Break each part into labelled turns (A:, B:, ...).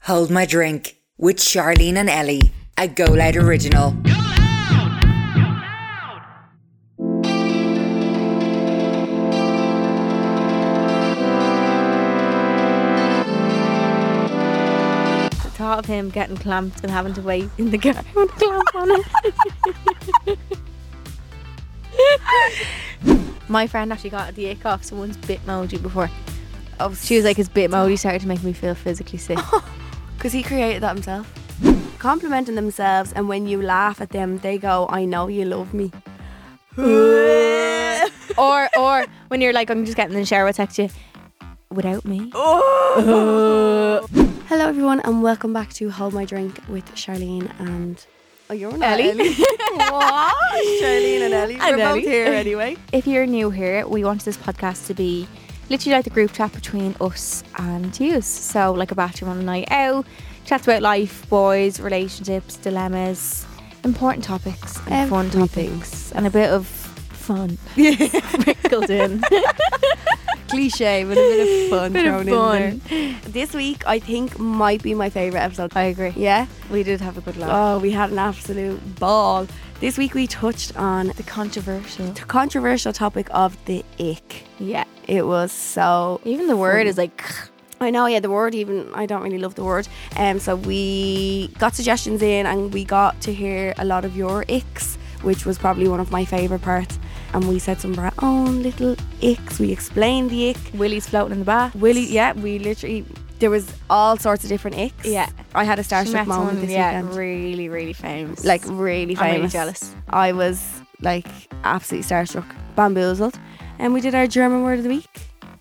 A: Hold My Drink with Charlene and Ellie, a Go Loud original.
B: The thought of him getting clamped and having to wait in the car with a clamp on it. My friend actually got the ick off someone's bitmoji before.
C: Oh,
B: She was like, his bitmoji started to make me feel physically sick.
C: because he created that himself. Complimenting themselves, and when you laugh at them, they go, "I know you love me."
B: or or when you're like, I'm just getting in the shower, I text you, without me.
C: Oh, Hello, everyone, and welcome back to Hold My Drink with Charlene and oh, you're not
B: Ellie.
C: what? Charlene and Ellie.
B: And
C: We're
B: Ellie.
C: both here anyway.
B: If you're new here, we want this podcast to be literally like the group chat between us and yous. So, like a bathroom on a night out, chats about life, boys, relationships, dilemmas, important topics, and fun
C: Everything.
B: topics, and a bit of fun sprinkled in.
C: Cliche, but a bit of fun
B: Bit of
C: thrown in there. This week, I think might be my favorite episode.
B: I agree.
C: Yeah.
B: We did have a good laugh.
C: Oh, we had an absolute ball. This week we touched on
B: the controversial.
C: the controversial topic of the ick.
B: Yeah.
C: It was so
B: Even the word is like.
C: I know, yeah, the word even I don't really love the word. Um so we got suggestions in and we got to hear a lot of your icks, which was probably one of my favourite parts. And we said some of our own little icks. We explained the ick.
B: Willie's floating in the bath.
C: Willie yeah, we literally there was all sorts of different icks.
B: Yeah.
C: I had a
B: She
C: starship
B: met
C: moment
B: someone,
C: this
B: yeah,
C: weekend.
B: really, really famous.
C: Like really
B: I'm
C: famous.
B: really jealous.
C: I was like absolutely starstruck, bamboozled. And we did our German word of the week.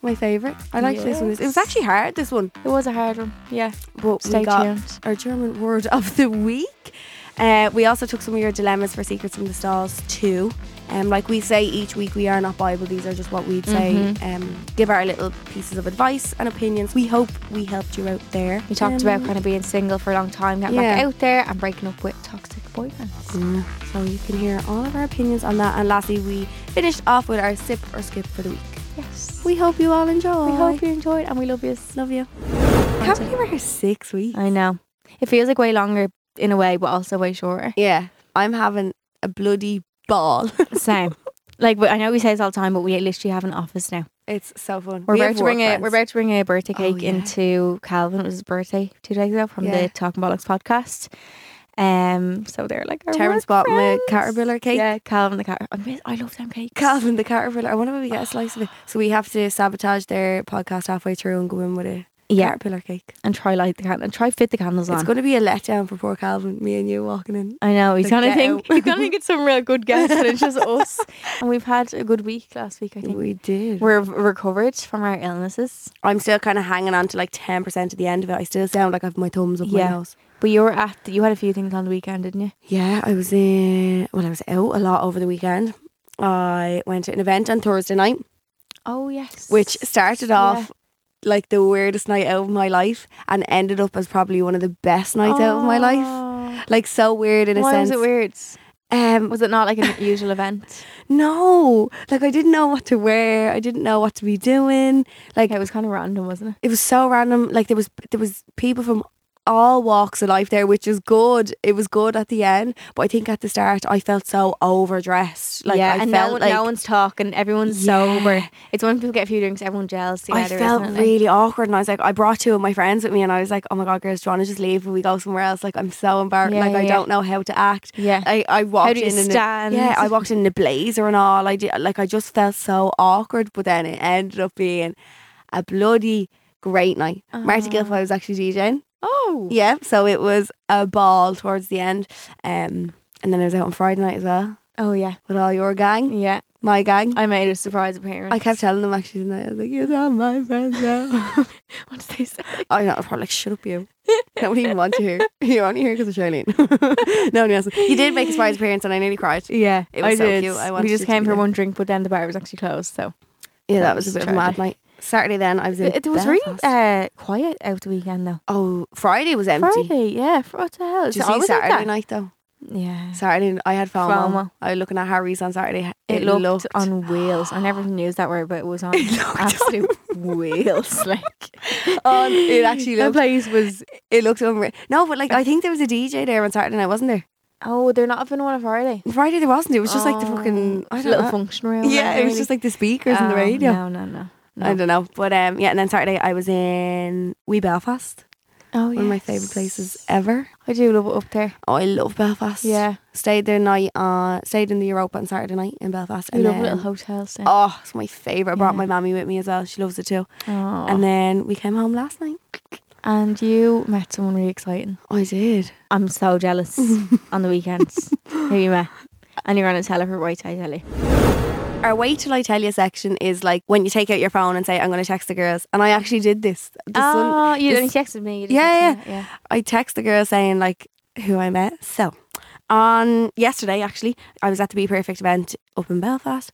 C: My favourite. I liked this one. It was actually hard, this one.
B: It was a hard one. Yeah.
C: But
B: Stay
C: we got
B: tuned.
C: our German word of the week. Uh, we also took some of your dilemmas for secrets from the stalls too. Um, like we say each week, we are not Bible. These are just what we'd say.
B: Mm-hmm.
C: Um, give our little pieces of advice and opinions. We hope we helped you out there. Um,
B: We talked about kind of being single for a long time, getting back
C: Yeah.
B: out there and breaking up with toxic boyfriends.
C: Mm, So you can hear all of our opinions on that. And lastly, we finished off with our sip or skip for the week.
B: Yes. We,
C: We hope you all enjoy.
B: we hope you enjoyed and we love you. Uh,
C: love you. Can't believe we're here six weeks.
B: I know. It feels like way longer in a way, but also way shorter.
C: Yeah, I'm having a bloody ball.
B: Same. Like but I know we say this all the time, but we literally have an office now.
C: it's so fun.
B: We're
C: We
B: about
C: have
B: to bring
C: work
B: a we're
C: friends.
B: about to bring a birthday
C: Oh,
B: cake
C: yeah.
B: into Calvin. It was his birthday two days ago from
C: Yeah.
B: the Talking Bollocks podcast. Um, so they're like our
C: Terrence
B: work
C: bought me a
B: friends.
C: caterpillar cake.
B: Yeah, Calvin the cat. I, miss, I love them cakes.
C: Calvin the caterpillar. I wonder if we get a slice of it. So we have to sabotage their podcast halfway through and go in with a
B: yeah,
C: caterpillar cake.
B: and try light the candle and try fit the candles on.
C: It's going to be a letdown for poor Calvin. Me and you walking in.
B: I know he's
C: Like,
B: gonna
C: get
B: think
C: out.
B: he's gonna think it's some real good guest, and it's just us. And we've had a good week last week. I think
C: We did.
B: we're recovered from our illnesses.
C: I'm still kind of hanging on to like ten percent of the end of it. I still sound like I've my thumbs up
B: Yeah.
C: my nose.
B: But you were at you had a few things on the weekend, didn't you?
C: Yeah, I was in. Well, I was out a lot over the weekend. I went to an event on Thursday night,
B: Oh yes.
C: which started off like the weirdest night out of my life, and ended up as probably one of the best nights out of my life. Like so weird in a
B: Why
C: sense.
B: was it weird?
C: Um,
B: Was it not like an usual event?
C: no, like I didn't know what to wear. I didn't know what to be doing. Like
B: It was kind of random, wasn't it?
C: it was so random. Like there was there was people from all walks of life there, which is good. It was good at the end, but I think at the start I felt so overdressed. Like
B: yeah,
C: I
B: and
C: felt
B: no, one,
C: like
B: no one's talking. Everyone's
C: Yeah.
B: sober. It's when people get a few drinks, everyone gels
C: I
B: together.
C: felt
B: isn't it? Like-
C: really awkward, and I was like, I brought two of my friends with me, and I was like, oh my god, girls, do you want to just leave and we go somewhere else? Like I'm so embarrassed.
B: Yeah,
C: like
B: yeah,
C: I
B: yeah.
C: don't know how to act.
B: yeah.
C: I, I walked
B: do you
C: in
B: stand?
C: in a, yeah I walked in a blazer and all I did like I just felt so awkward but then it ended up being a bloody great night Marty Gilfoy was actually DJing
B: oh.
C: yeah so it was a ball towards the end um and then I was out on Friday night as well
B: Oh yeah.
C: with all your gang
B: Yeah.
C: my gang
B: I made a surprise appearance.
C: I kept telling them actually tonight I was like you're all my friends now
B: What did they say?
C: I know I was probably like shut up you nobody even wants you here you're only here because of Charlene no one else you did make a surprise appearance and I nearly cried
B: Yeah,
C: It was
B: I
C: so
B: did.
C: cute. I
B: we
C: wanted
B: just
C: you to
B: came
C: be
B: for
C: there.
B: one drink, but then the bar was actually closed. So
C: Yeah,
B: That
C: that was a
B: was
C: bit of a mad
B: tragic.
C: night. Saturday then I was in.
B: it, it was really
C: Belfast.
B: uh, quiet out the weekend though.
C: oh, Friday was empty.
B: Friday, yeah. For, what the hell? Is
C: Did you
B: it
C: see
B: always like
C: Saturday
B: that?
C: night though?
B: Yeah.
C: Saturday, I had FOMO.
B: FOMO.
C: I was looking at Harry's on Saturday. It,
B: It, looked, on wheels. I never used that word, but it was on absolute wheels. Like
C: on- it actually
B: the
C: looked.
B: place was.
C: It looked unreal. No, but like I think there was a DJ there on Saturday night, wasn't there?
B: Oh, they're not up in one of Friday.
C: Friday there wasn't. It was just like the
B: Oh,
C: fucking I
B: it's a
C: don't
B: little
C: know.
B: function room. Oh,
C: Yeah, it was just like the speakers and the radio.
B: No, no, no. no.
C: I don't know, but um, yeah. And then Saturday I was in wee Belfast,
B: oh,
C: one of my
B: yes.
C: favorite places ever.
B: I do love it up there.
C: Oh, I love Belfast.
B: Yeah,
C: stayed there night. Uh, stayed in the Europa on Saturday night in Belfast.
B: we
C: and
B: love
C: then-
B: little hotels there.
C: Oh, it's my favorite. I brought
B: Yeah. Oh.
C: my mammy with me as well. She loves it too.
B: Aw.
C: And then we came home last night.
B: and you met someone really exciting.
C: I did.
B: I'm so jealous on the weekends. Who you met? And you're on a telephone, right? I tell you.
C: Our wait till I tell you section is like when you take out your phone and say I'm going to text the girls, and I actually did this. this
B: Oh, you
C: this-
B: only texted me. You didn't
C: Ah, Yeah,
B: text me that,
C: I text the girl saying like who I met. So on yesterday, actually, I was at the Be Perfect event up in Belfast,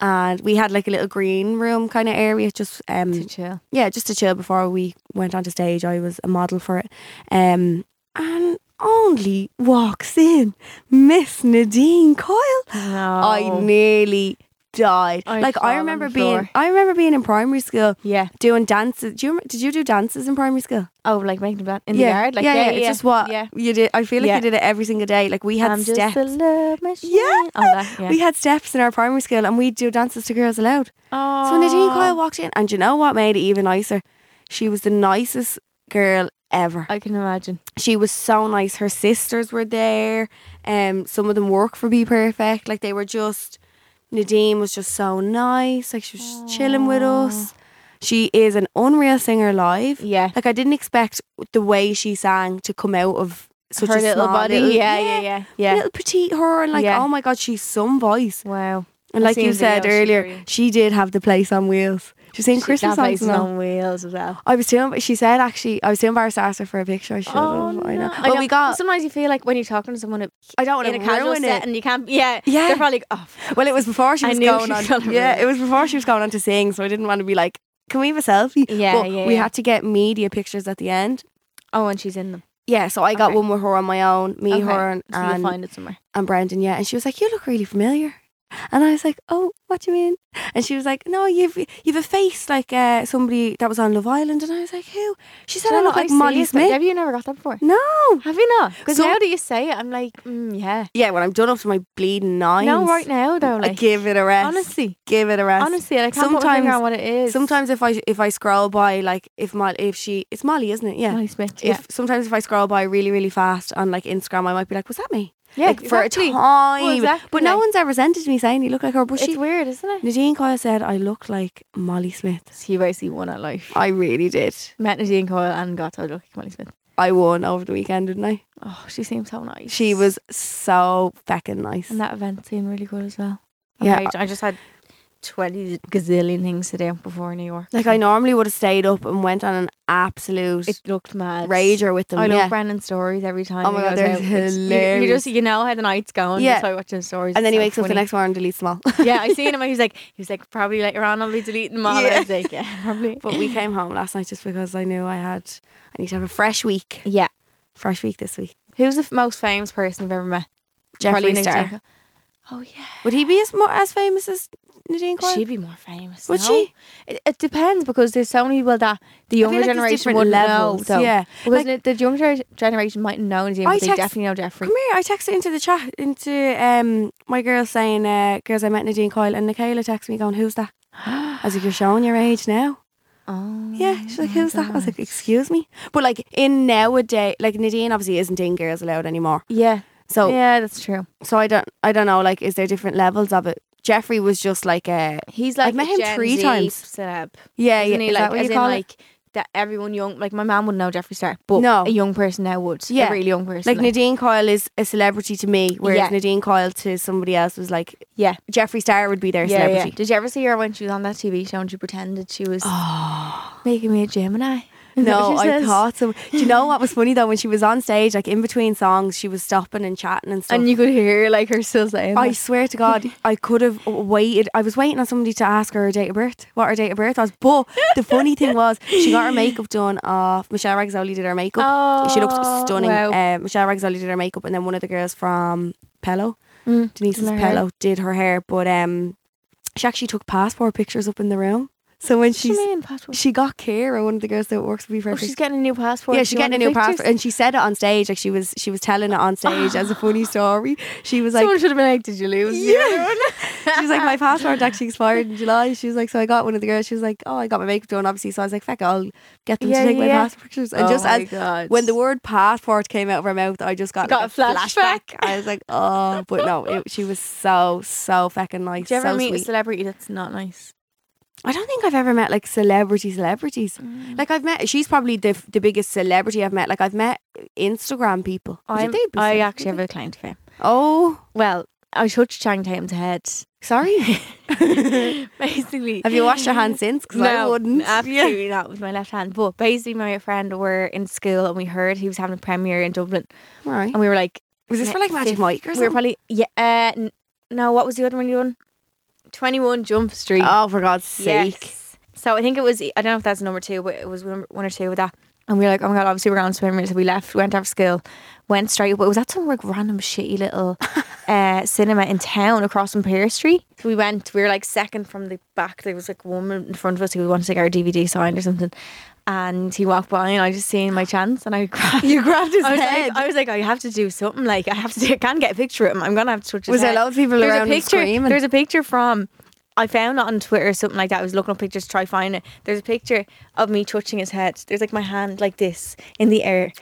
C: and we had like a little green room kind of area, just um,
B: yeah. To chill.
C: yeah, just to chill before we went onto stage. I was a model for it. Um, and only walks in Miss Nadine Coyle. I
B: No.
C: nearly died.
B: I'd
C: like
B: fall Oh. on
C: I remember
B: the
C: being,
B: floor. I
C: I remember being in primary school
B: yeah.
C: doing dances. Do you rem- did you do dances in primary school?
B: Oh, like making the blan- in the yard. Like
C: yeah,
B: yeah,
C: It's just what
B: Yeah.
C: you did. I feel like
B: Yeah.
C: you did it every single day. Like we had
B: I'm
C: steps.
B: just a love machine.
C: Yeah.
B: Oh, that, yeah.
C: We had steps in our primary school, and we'd do dances to girls aloud. So Nadine Coyle walked in, and do you know what made it even nicer? She was the nicest girl ever.
B: I can imagine.
C: she was so nice. Her sisters were there. Um, some of them work for Be Perfect. Like they were just Nadine was just so nice. Like she was just chilling with us. She is an unreal singer live.
B: Yeah.
C: Like I didn't expect the way she sang to come out of such
B: Her
C: a
B: little
C: small
B: body.
C: little-
B: yeah, yeah, yeah, yeah.
C: Little petite her and like
B: Yeah.
C: oh my god, she's some voice.
B: Wow.
C: And
B: I've
C: like you
B: seen
C: said
B: videos, she's
C: earlier,
B: brilliant.
C: she did have the place on wheels. She was saying Christmas
B: that place
C: songs
B: is
C: and all.
B: on wheels as well.
C: I was too. emb- She said actually, I was too embarrassed to ask her for a picture. I should
B: Oh,
C: have. Oh, I know. But we got.
B: Sometimes you feel like when you're talking to someone, it
C: I don't want
B: in
C: to
B: a casual
C: ruin it.
B: setting, you can't. Yeah,
C: Yeah.
B: They're probably like, oh,
C: Well, it was before she
B: I
C: was
B: knew
C: going
B: she was
C: on.
B: gonna
C: Yeah,
B: ruin
C: it was before she was going on to sing, so I didn't want to be like, "Can we have a selfie?"
B: Yeah,
C: but
B: yeah,
C: We
B: yeah.
C: had to get media pictures at the end.
B: oh, and she's in them.
C: Yeah, so I got
B: Okay.
C: one with her on my own, me,
B: Okay,
C: her, and
B: So you'll
C: and,
B: find it somewhere.
C: and Brendan. Yeah, and she was like, "You look really familiar," and I was like, "Oh, what do you mean?" And she was like, "No, you've you've a face like uh, somebody that was on Love Island," and I was like, "Who?" She said, "I look like Molly Smith."
B: Have you never got that before?
C: No.
B: Have you not? Because
C: Some-
B: now that you say it, I'm like, mm, yeah.
C: Yeah, when I'm done up to my bleeding nines.
B: No, right now though,
C: I
B: like
C: give it a rest.
B: honestly,
C: give it a rest.
B: honestly, I can't put my finger
C: Sometimes-
B: on what it is.
C: Sometimes if I if I scroll by like if Molly if she it's Molly isn't it yeah.
B: Molly Smith,
C: If
B: yeah,
C: sometimes if I scroll by really really fast on like Instagram I might be like was that me
B: yeah,
C: like
B: exactly.
C: for a time
B: Well, exactly,
C: but no
B: like-
C: one's ever sent it to me saying you look like her but
B: It's
C: she
B: weird, isn't it?
C: Nadine Coyle said I look like Molly Smith
B: She basically won at life.
C: I really did
B: Met Nadine Coyle and got to look like Molly Smith.
C: I won over the weekend didn't I
B: Oh, she seems so nice.
C: she was so feckin nice
B: And that event seemed really good as well.
C: Yeah.
B: Okay, I just had 20 gazillion things to do before New York.
C: like I normally would have stayed up and went on an absolute
B: It looked mad.
C: rager with them
B: I love
C: yeah.
B: Brandon's stories every time.
C: Oh my
B: he
C: God,
B: goes
C: they're
B: out. It's- you- You,
C: hilarious.
B: just you know how the night's going.
C: Yeah.
B: Yeah, so I watch his stories.
C: and then
B: it's
C: he
B: so
C: wakes up the
B: funny.
C: next morning and deletes them all
B: yeah, I seen him. and He's like, he's like, probably later on I'll be deleting them all. Yeah.
C: Yeah.
B: I was like, yeah, probably.
C: But we came home last night just because I knew I had I need to have a fresh week.
B: Yeah.
C: Fresh week this week.
B: Who's the f- most famous person you've ever met?
C: Jeffree
B: Nadine
C: Star.
B: Coyle. Oh yeah,
C: Would he be as more as famous as Nadine Coyle?
B: she'd be more famous.
C: Would
B: no?
C: she?
B: It, it depends because there's so many people that the
C: I feel
B: younger
C: like there's
B: generation
C: different
B: would know.
C: levels,
B: So.
C: yeah.
B: because
C: Like-
B: the, the younger generation mightn't know Nadine, but
C: I
B: they
C: text-
B: definitely know Jeffrey.
C: Come here, I texted into the chat into um my girl saying uh, girls I met Nadine Coyle and Nicola texted me going, Who's that? I was like, You're showing your age now.
B: Oh,
C: Yeah. She's like, Who's that? I was like, Excuse me. But like in nowadays like Nadine obviously isn't in Girls Allowed anymore.
B: yeah,
C: So
B: yeah, that's true.
C: so I don't I don't know, like is there different levels of it? Jeffrey was just like a
B: He's
C: I've
B: like
C: met
B: a
C: him
B: Gen
C: three
B: Z
C: times.
B: Celeb.
C: Yeah,
B: Isn't
C: yeah.
B: he?
C: is
B: Like,
C: that what
B: as
C: you
B: in,
C: call it?
B: like that everyone young, like my mom would know Jeffree Star, but
C: No.
B: a young person now would.
C: Yeah.
B: a really young person.
C: Like Nadine Coyle is a celebrity to me, whereas
B: Yeah.
C: Nadine Coyle to somebody else was like
B: yeah,
C: Jeffree Star would be their
B: yeah, yeah.
C: celebrity.
B: Did you ever see her when she was on that TV show and she pretended she was making me a Gemini? Is that
C: No,
B: what
C: I
B: she says?
C: thought so. Do you know what was funny though? When she was on stage, like in between songs, she was stopping and chatting and stuff.
B: And you could hear like her still saying.
C: I
B: that.
C: swear to God, I could have waited. I was waiting on somebody to ask her her date of birth, what her date of birth was. But the funny thing was, she got her makeup done off. Michelle Ragazzoli did her makeup. she looked
B: Oh,
C: stunning.
B: wow.
C: Uh, Michelle Ragazzoli did her makeup, and then one of the girls from Pello,
B: Mm,
C: Denise's
B: did her hair.
C: Pello, did her hair. But um, she actually took passport pictures up in the room. So when
B: She's
C: she's
B: main passport.
C: she got Kira, one of the girls that works with me for
B: oh,
C: her
B: she's getting a new passport.
C: yeah,
B: Do
C: she's
B: you
C: getting a
B: want
C: new
B: the pictures?
C: passport, and she said it on stage. Like she was, she was telling it on stage as a funny story. She was like,
B: Someone should have been like, "Did you lose?" the other one?"
C: she was like, my passport actually expired in July. She was like, so I got one of the girls. She was like, oh, I got my makeup done, obviously. So I was like, feck, it, I'll get them
B: Yeah,
C: to take my
B: yeah. Oh
C: passport pictures. And just as
B: God.
C: when the word passport came out of her mouth, I just got,
B: Got a
C: like,
B: flashback.
C: I was like, oh, but no, it, she was so so feckin' nice.
B: do you ever
C: so
B: meet a
C: sweet.
B: celebrity that's not nice?
C: I don't think I've ever met like celebrity celebrities.
B: Mm.
C: Like I've met, she's probably the f- the biggest celebrity I've met. Like I've met Instagram people. Would you
B: I'm-
C: think they'd be
B: I
C: celebrities?
B: actually have a client of him.
C: Oh,
B: Well, I touched Chang Tatum's head.
C: sorry.
B: Basically,
C: Have you washed your hands since? Because I wouldn't.
B: Absolutely not with my left hand. But basically, my friend were in school and we heard he was having a premiere in Dublin,
C: All right.
B: and we were like,
C: Was this for like Magic
B: fif-
C: Mike
B: we
C: or
B: were
C: something?
B: probably yeah. Uh, n- no, what was the other one you won? Twenty One Jump Street.
C: Oh, for God's sake.
B: Yes. So I think it was, I don't know if that's number two, but it was number- one or two with that. And we were like, oh my God, obviously we're going swimming. So we left, went off school, went straight. But it was at some like random shitty little uh, cinema in town across from Pier Street. So we went, we were like second from the back. There was like a woman in front of us who wanted to get our DVD signed or something. And he walked by and I just seen my chance and I grabbed
C: You grabbed his
B: I was
C: head.
B: Like, I was like, I have to do something. Like, I have to, I can't get a picture of him. I'm going to have to touch his
C: Was there
B: head.
C: loads of people
B: There's a
C: around him
B: picture-
C: screaming?
B: There's a picture from, I found it on Twitter or something like that. I was looking up pictures to try find it. There's a picture of me touching his head. There's like my hand like this in the air.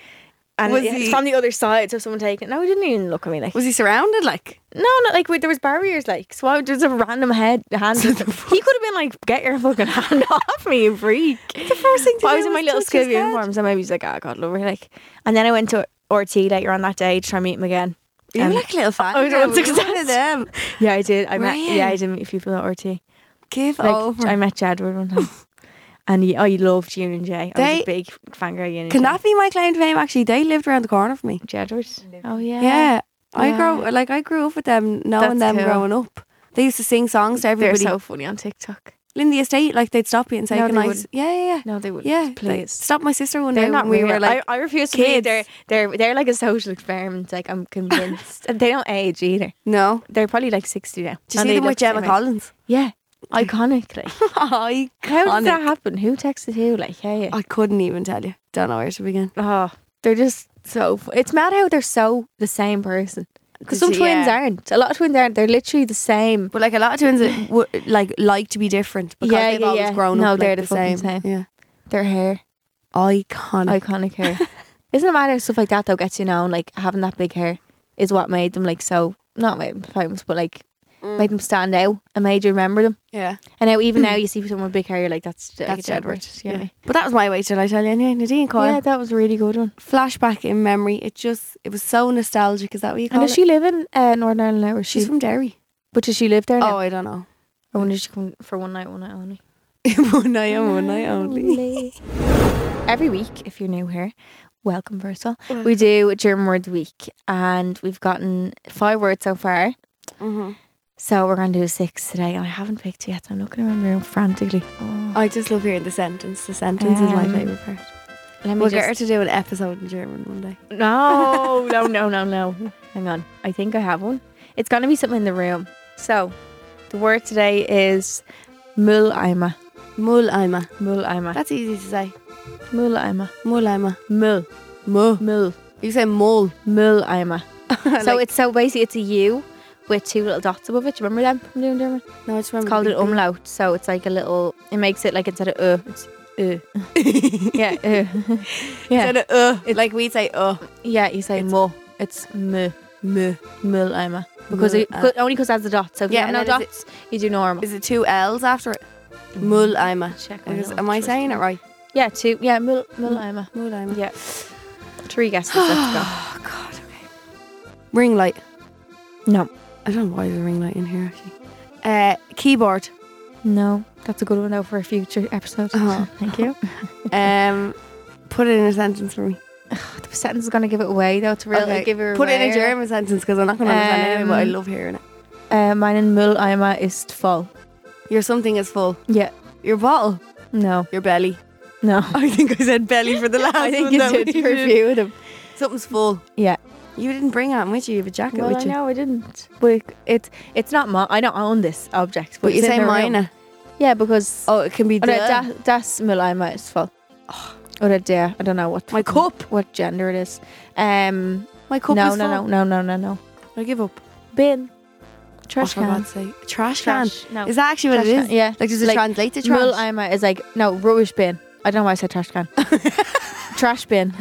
B: And
C: Was
B: it- it's
C: he-
B: from the other side, so someone taking it. No, he didn't even look at me like.
C: Was he surrounded? Like,
B: no, not like wait, there was barriers like. So I just a random head hand. he could have been like, "Get your fucking hand off me, you freak!" The
C: first thing to
B: I
C: do
B: was in my
C: was
B: little
C: touch his
B: school
C: head.
B: uniform, so maybe he's like, "Oh God, love her." Like, and then I went to RT later on that day to try and meet him again.
C: you were
B: Um,
C: like a little fan.
B: I was
C: girl,
B: on
C: were you
B: Success.
C: one of them.
B: Yeah, I did. I
C: Were
B: met.
C: you?
B: Yeah, I did meet a few people at RT.
C: Give
B: Like,
C: over.
B: I met Jadward one time. And he, I loved Union and Jay. I was
C: They-
B: a big fan of Union.
C: Can that be my claim to fame? Actually, they lived around the corner from me.
B: Jadward? Oh yeah.
C: Yeah. I
B: Yeah.
C: grew like I grew up with them, knowing
B: That's
C: them
B: cool.
C: growing up. They used to sing songs to
B: They're
C: everybody.
B: so funny on TikTok.
C: in the estate, like they'd stop you and say
B: No, they
C: goodnight.
B: wouldn't.
C: Yeah, yeah, yeah.
B: No, they would.
C: Yeah, They
B: please.
C: stopped my sister one
B: They're
C: day
B: not
C: when we
B: real.
C: were like,
B: I, I refuse to believe
C: kids.
B: they're they're they're like a social experiment. Like I'm convinced. And they don't age either.
C: no.
B: They're probably like sixty now.
C: Do you
B: And
C: see
B: they
C: them
B: look
C: with
B: the same
C: Gemma
B: age.
C: Collins?
B: Yeah, iconically.
C: I
B: How did that happen? Who texted who? Like, hey,
C: I couldn't even tell you. Don't know where to begin.
B: oh, they're just so. fu- It's mad how they're so the same person. Because
C: Is
B: some
C: it-
B: twins
C: yeah.
B: aren't. A lot of twins aren't. They're literally the same.
C: But like a lot of twins that would like like to be different because
B: Yeah,
C: they've
B: yeah,
C: always
B: yeah.
C: grown
B: No,
C: up
B: they're
C: like
B: the
C: the
B: fucking
C: same.
B: same.
C: Yeah.
B: Their hair.
C: Iconic.
B: iconic hair. Isn't it matter if stuff like that though gets you known? Like having that big hair is what made them like so not made them famous, but like
C: Mm.
B: made them stand out and made you remember them.
C: yeah.
B: And now even now you see someone with big hair, you're like that's
C: That's Edward.
B: Yeah. yeah,
C: But that was my way till I tell you anyway. Nadine Coyle.
B: yeah, that was a really good one.
C: Flashback in memory. It just it was so nostalgic. Is that what you call
B: And does
C: it?
B: she live in uh, Northern Ireland now? Or is
C: She's
B: she,
C: from Derry.
B: but does she live there now?
C: Oh, I don't know.
B: Or when did she come for one night, one night only?
C: one night and one night only.
B: Every week, if you're new here, welcome first of all. We do German word week, and we've gotten five words so far. Mm-hmm. So we're going to do six today, and I haven't picked yet. So I'm looking around the room frantically. Oh,
C: I just love hearing the sentence. The sentence is my
B: Um,
C: favourite part.
B: let me
C: We'll get her
B: just.
C: to do an episode in German one day.
B: No, no, no, no, no. Hang on. I think I have one. It's going to be something in the room. So the word today is Mülleimer.
C: Mulleimer.
B: Mülleimer.
C: That's easy to say.
B: Mülleimer.
C: Mulleimer.
B: Müll.
C: Mu.
B: Müll.
C: You say mul.
B: Mülleimer. so
C: Like-
B: it's so basically it's a U with two little dots above it. Do you remember them from doing German?
C: No, I just
B: It's
C: remember.
B: called
C: the
B: an
C: big thing.
B: umlaut, so it's like a little. It makes it like instead of uh, it's uh. yeah, uh. yeah,
C: Instead of uh, like we'd say uh,
B: yeah. You say mo. It's mu
C: mu.
B: Mülleimer because it,
C: Mülleimer.
B: only because that's the dots. So if
C: Yeah,
B: you
C: and
B: have no
C: then is
B: dots, you do normal.
C: Is it two L's after it? Mulleimer.
B: Check. Mm-hmm. I
C: Is-
B: know
C: Am
B: what
C: I
B: yours
C: saying it
B: is.
C: right?
B: Yeah, two. Yeah, Müll Mülleimer.
C: Mulleimer.
B: Yeah, three guesses. Let's
C: Oh God. Okay. Ring light.
B: go. No,
C: I don't know why there's a ring light in here actually. Uh, keyboard.
B: Uh-huh. no. That's a good one though for a future episode.
C: Oh.
B: Thank you.
C: Um, Put it in a sentence for me.
B: The sentence is going to give it away though. To really give it
C: Put it
B: away.
C: in a German sentence because I'm not going to understand it anyway, but I
B: Um,
C: love hearing it.
B: Uh, meinen Mülleimer ist voll.
C: Your something is full.
B: Yeah.
C: Your bottle.
B: No.
C: Your belly.
B: No.
C: I think I said belly for the last
B: I think
C: one
B: you
C: that
B: did
C: we
B: for a few of them.
C: Something's full.
B: Yeah.
C: You didn't bring it with you. You have a jacket
B: Well,
C: with
B: I
C: you.
B: know I didn't. But it- it's it's not mine. I don't own this object. But,
C: But you
B: it's in
C: say
B: the room.
C: minor.
B: Yeah, because
C: Oh, it can be
B: oh, no,
C: the-
B: da, das Mülleimer ist voll. Or der. I don't know what
C: My cup.
B: what gender it is. Um.
C: My cup
B: no,
C: is
B: no,
C: full.
B: no, no, no, no, no.
C: I give up.
B: Bin. Trash
C: oh, for
B: can.
C: God's sake. A trash,
B: Trash. No.
C: can. Is that actually what
B: Trash
C: it is?
B: can, yeah.
C: Like, does it
B: Like,
C: translate to trash?
B: Mülleimer is like no rubbish bin. I don't know why I said trash can. trash bin.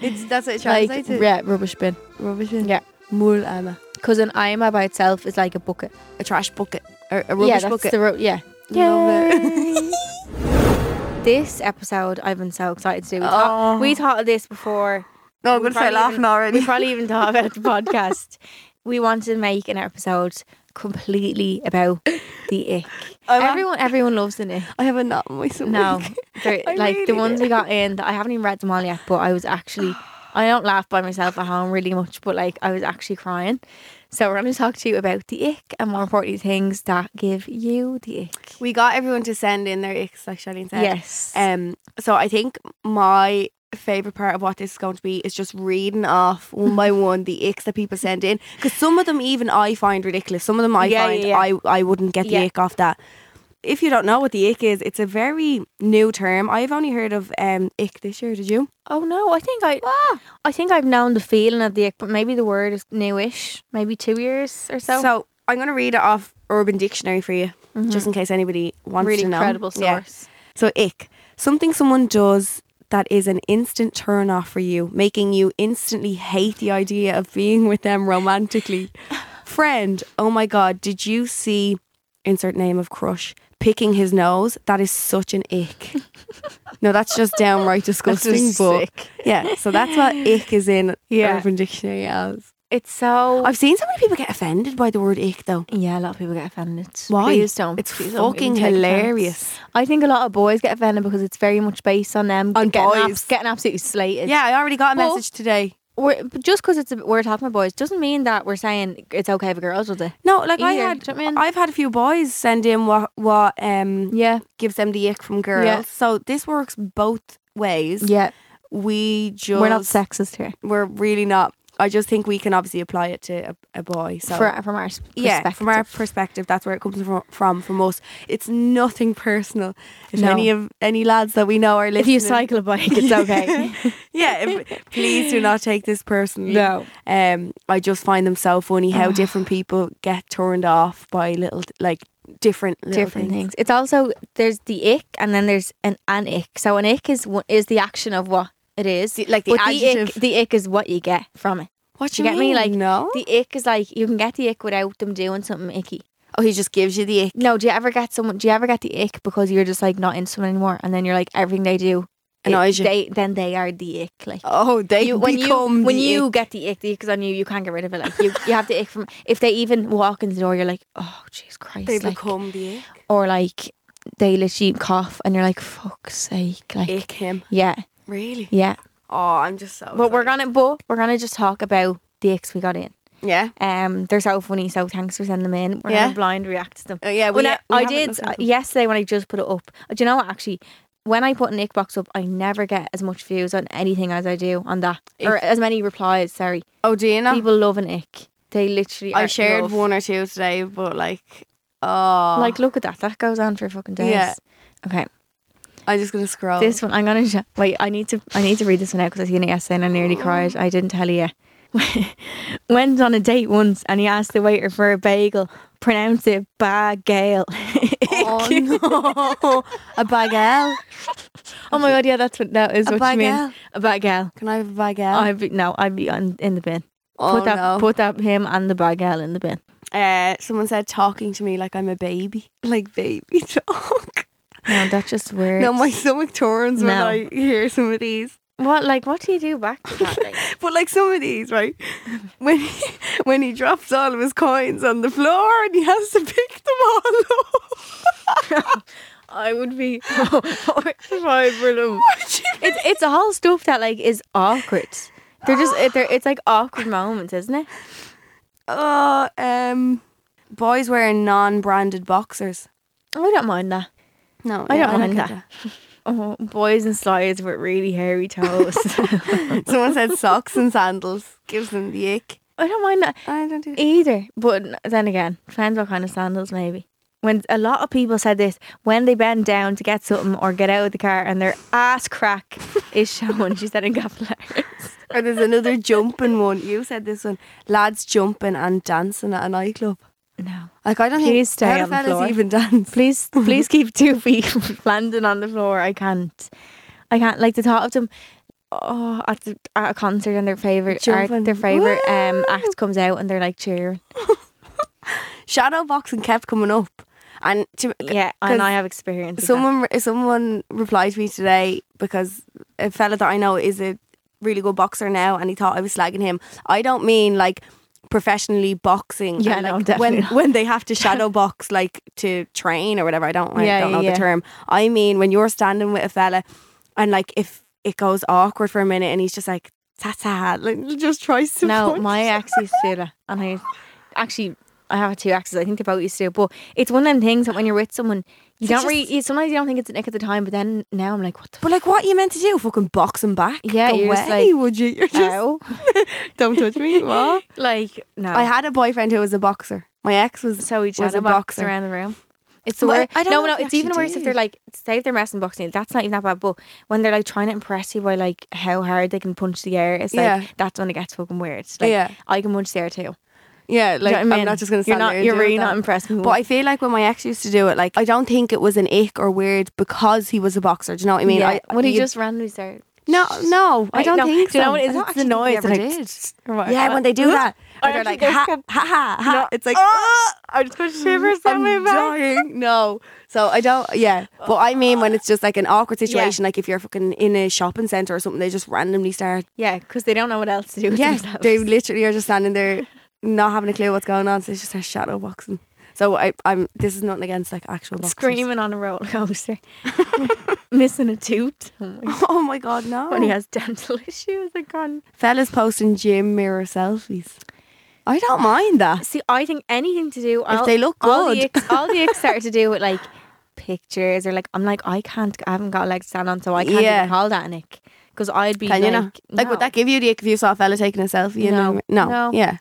C: it's, that's what it
B: Like
C: translates to.
B: yeah, rubbish bin.
C: Rubbish bin.
B: Yeah.
C: Mülleimer.
B: Because an Eimer by itself is like a bucket.
C: A trash bucket. Or a rubbish
B: yeah, that's
C: bucket.
B: the ru- yeah.
C: Love it.
B: This episode, I've been so excited to do. We,
C: Oh.
B: thought, we thought of this before.
C: No, I'm
B: We
C: going to
B: probably
C: start laughing
B: even- We
C: already.
B: probably even thought about it the podcast. We wanted to make an episode completely about the ick.
C: I'm act-
B: everyone, everyone loves an ick.
C: I have a knot in my stomach.
B: No, they're-
C: I
B: like the
C: really
B: ones
C: do.
B: we got in that I haven't even read them all yet, but I was actually I don't laugh by myself at home really much, but like I was actually crying. So we're going to talk to you about the ick and more importantly things that give you the ick.
C: We got everyone to send in their icks, like Charlene said.
B: Yes.
C: Um, so I think my favorite part of what this is going to be is just reading off one by one the icks that people send in because some of them even I find ridiculous. Some of them I
B: Yeah,
C: find
B: yeah, yeah.
C: I I wouldn't get the
B: Yeah.
C: ick off that. If you don't know what the ick is, it's a very new term. I've only heard of um ick this year. Did you?
B: oh no, I think I
C: Ah!
B: I think I've known the feeling of the ick, but maybe the word is newish, maybe two years or so. Mm-hmm.
C: So I'm gonna read it off Urban Dictionary for you, just in case anybody wants
B: really
C: to know.
B: credible
C: Yeah.
B: source.
C: So ick, something someone does that is an instant turn off for you, making you instantly hate the idea of being with them romantically. Friend, oh my god, did you see insert name of crush picking his nose? That is such an ick. no, that's just downright disgusting. but yeah, so that's what ick is in
B: Yeah.
C: Urban Dictionary as.
B: It's so
C: I've seen so many people get offended by the word ick though.
B: yeah, a lot of people get offended.
C: Why?
B: Please don't.
C: It's
B: please don't
C: fucking
B: even take offense.
C: hilarious.
B: I think a lot of boys get offended because it's very much based on them
C: On
B: getting,
C: boys.
B: abs- getting absolutely slated.
C: Yeah, I already got a
B: Well-
C: message today.
B: We're, but just because it's a, we're talking about boys doesn't mean that we're saying it's okay for girls, does it?
C: No, like I
B: Either,
C: had,
B: do you know what I mean?
C: I've had a few boys send in what what um
B: Yeah,
C: gives them the ick from girls.
B: Yeah.
C: So this works both ways.
B: yeah.
C: We just
B: We're not sexist here.
C: We're really not. I just think we can obviously apply it to a, a boy. So
B: For, from our s- perspective.
C: yeah, from our perspective, that's where it comes from. From, from us, it's nothing personal. If
B: No.
C: any of any lads that we know are
B: if
C: listening,
B: you cycle a bike, it's okay.
C: yeah, if- please do not take this personally.
B: No. Ah.
C: Um, I just find them so funny how different people get turned off by little like different little
B: Different things. It's also there's the ick and then there's an an ick. So an ick is one- is the action of what it is.
C: The- like the
B: but the ick,
C: adjective.
B: the ick is what you get from it.
C: What
B: Do you get me? Like
C: no.
B: the ick is like you can get the ick without them doing something icky.
C: oh, he just gives you the ick.
B: No, do you ever get someone? Do you ever get the ick because you're just like not into someone anymore, and then you're like everything they do,
C: Annoys you.
B: They then they are the ick. Like
C: Oh, they
B: you, when you
C: become
B: when
C: the
B: you
C: ick.
B: get the ick, the ick is on you. You can't get rid of it. Like you, you have the ick from if they even walk in the door, you're like, oh Jesus Christ,
C: they
B: like,
C: become the ick.
B: or like they literally cough, and you're like, fuck's sake, like
C: Ick him.
B: yeah,
C: Really?
B: yeah.
C: Oh, I'm just so.
B: But we're
C: sorry.
B: gonna but we're gonna just talk about the icks we got in.
C: Yeah.
B: Um, they're so funny. So thanks for sending them in. We're
C: Yeah.
B: gonna blind react to them.
C: Uh, yeah,
B: Well,
C: we-
B: no,
C: we
B: I
C: haven't
B: did
C: listened to
B: uh,
C: them.
B: yesterday when I just put it up. Uh, Do you know what? Actually, when I put an ick box up, I never get as much views on anything as I do on that, or as many replies. Sorry,
C: Oh, do you know?
B: people love an ick. They literally.
C: I
B: are-
C: shared
B: love-
C: one or two today, but like, oh,
B: Like, look at that. That goes on for fucking days.
C: Yeah. Oh.
B: Okay.
C: I'm just gonna scroll.
B: This one, I'm gonna sh- wait. I need to. I need to read this one out because I seen it yesterday and I nearly cried. I didn't tell you. Went on a date once and he asked the waiter for a bagel. Pronounce it bagel.
C: Oh no, a bagel.
B: oh my god, yeah, that's what that is.
C: A
B: what you mean?
C: bagel.
B: A bagel.
C: Can I have a bagel?
B: I'd be no, I'd be on, in the bin.
C: oh
B: put that,
C: no.
B: put that him and the bagel in the bin.
C: uh, someone said talking to me like I'm a baby, like baby talk.
B: No, that's just weird.
C: No, my stomach turns when
B: No.
C: I hear some of these.
B: what like what do you do back to that? Like?
C: But like some of these, right? When he, when he drops all of his coins on the floor and he has to pick them all up. I would be.
B: Fibrillum. It's it's all stuff that like is awkward. They're just it- they're, it's like awkward moments, isn't it?
C: Oh, um, boys wearing non-branded boxers.
B: I don't mind that.
C: No,
B: I
C: yeah,
B: don't mind
C: get
B: that. Oh, boys in slides with really hairy toes.
C: that. Someone said socks and sandals gives them the ick.
B: I don't mind that
C: I don't do.
B: either. But n- then again, depends what kind of sandals maybe. When a lot of people said this, when they bend down to get something or get out of the car and their ass crack is shown, she said in capital letters.
C: Or there's another jumping one. You said this one. Lads jumping and dancing at a nightclub.
B: No.
C: Like I don't think
B: Please stay
C: how do
B: on the
C: fellas
B: floor.
C: even dance.
B: please please keep two feet from landing on the floor i can't i can't like the thought of them oh at, the, at a concert and their favorite
C: Jumping.
B: art, their favorite um
C: Woo!
B: act comes out and they're like cheering
C: Shadow boxing kept coming up, and to,
B: yeah and
C: 'Cause
B: i have experience
C: someone someone replied to me today because a fella that I know is a really good boxer now, and he thought I was slagging him. I don't mean like professionally boxing.
B: Yeah,
C: and,
B: no,
C: like,
B: definitely
C: when
B: not.
C: when they have to shadow box like to train or whatever. I don't I
B: Yeah,
C: don't
B: yeah,
C: know
B: yeah.
C: the term. I mean when you're standing with a fella, and like if it goes awkward for a minute, and he's just like. Ta-ta, like, just try to
B: no
C: punch
B: my uh,
C: you.
B: ex used to do that and i actually i have two exes i think they both used to do it, but it's one of them things that when you're with someone you
C: They
B: don't
C: just-
B: really you- sometimes you don't think it's a nick at the time but then now i'm like what the
C: But like, what are you meant to do? Fucking box him back?
B: Yeah,
C: Go
B: you're just
C: away,
B: like,
C: would you? You're just,
B: Ow.
C: don't touch me. What?
B: like no
C: I had a boyfriend who was a boxer. My ex was
B: Oh. So we
C: was
B: chat
C: a
B: about
C: boxer.
B: boxing around the room. It's the
C: Well,
B: worst.
C: I don't
B: No,
C: know
B: no,
C: if they
B: it's even
C: actually
B: worse if they're
C: do.
B: like, say if they're messing boxing, that's not even that bad. But when they're like trying to impress you by like how hard they can punch the air, it's like
C: Yeah.
B: that's when it gets fucking weird. Like,
C: Yeah.
B: I can punch the air too.
C: Yeah, like
B: what I mean?
C: am not just gonna
B: You're
C: stand
B: not-
C: there and
B: you're
C: deal with
B: really
C: that.
B: not impressed with
C: But I feel like when my ex used to do it, like I don't think it was an ick or weird because he was a boxer. Do you know what I mean?
B: yeah.
C: I,
B: when you
C: you'd-
B: just randomly start.
C: no, no, I don't
B: no.
C: think
B: Do you know
C: so.
B: what it is?
C: I don't
B: It's
C: actually
B: the
C: think they
B: noise that,
C: ever
B: like,
C: did.
B: or what-
C: Yeah, when they do that,
B: I
C: or they're
B: actually Oh,
C: like
B: think
C: ha,
B: I
C: ha ha ha. It's like
B: I just got shivers
C: I'm dying. No. So I don't, yeah. But I mean, when it's just like an awkward situation, like if you're fucking in a shopping centre or something, they just randomly start.
B: Yeah, because they don't know what else to do. With
C: Yeah.
B: themselves.
C: They literally are just standing there, not having a clue what's going on. So it's just a shadow boxing. So I, I'm, this is nothing against like actual boxers.
B: screaming on a roller coaster, missing a tooth
C: Oh my God, no.
B: when he has dental issues. I can't.
C: Fellas posting gym mirror selfies. I don't mind that.
B: See, I think anything to do. I'll-
C: they look
B: all the
C: good.
B: ex- all the ex are to do with like pictures or like I'm like I can't. I haven't got a leg to stand on, so I can't
C: Yeah.
B: even call that Nick because I'd be
C: Can
B: like,
C: you know? Like,
B: no.
C: would that give you the ick if you saw a fella taking a selfie? in
B: No.
C: a- no.
B: No.
C: Yeah.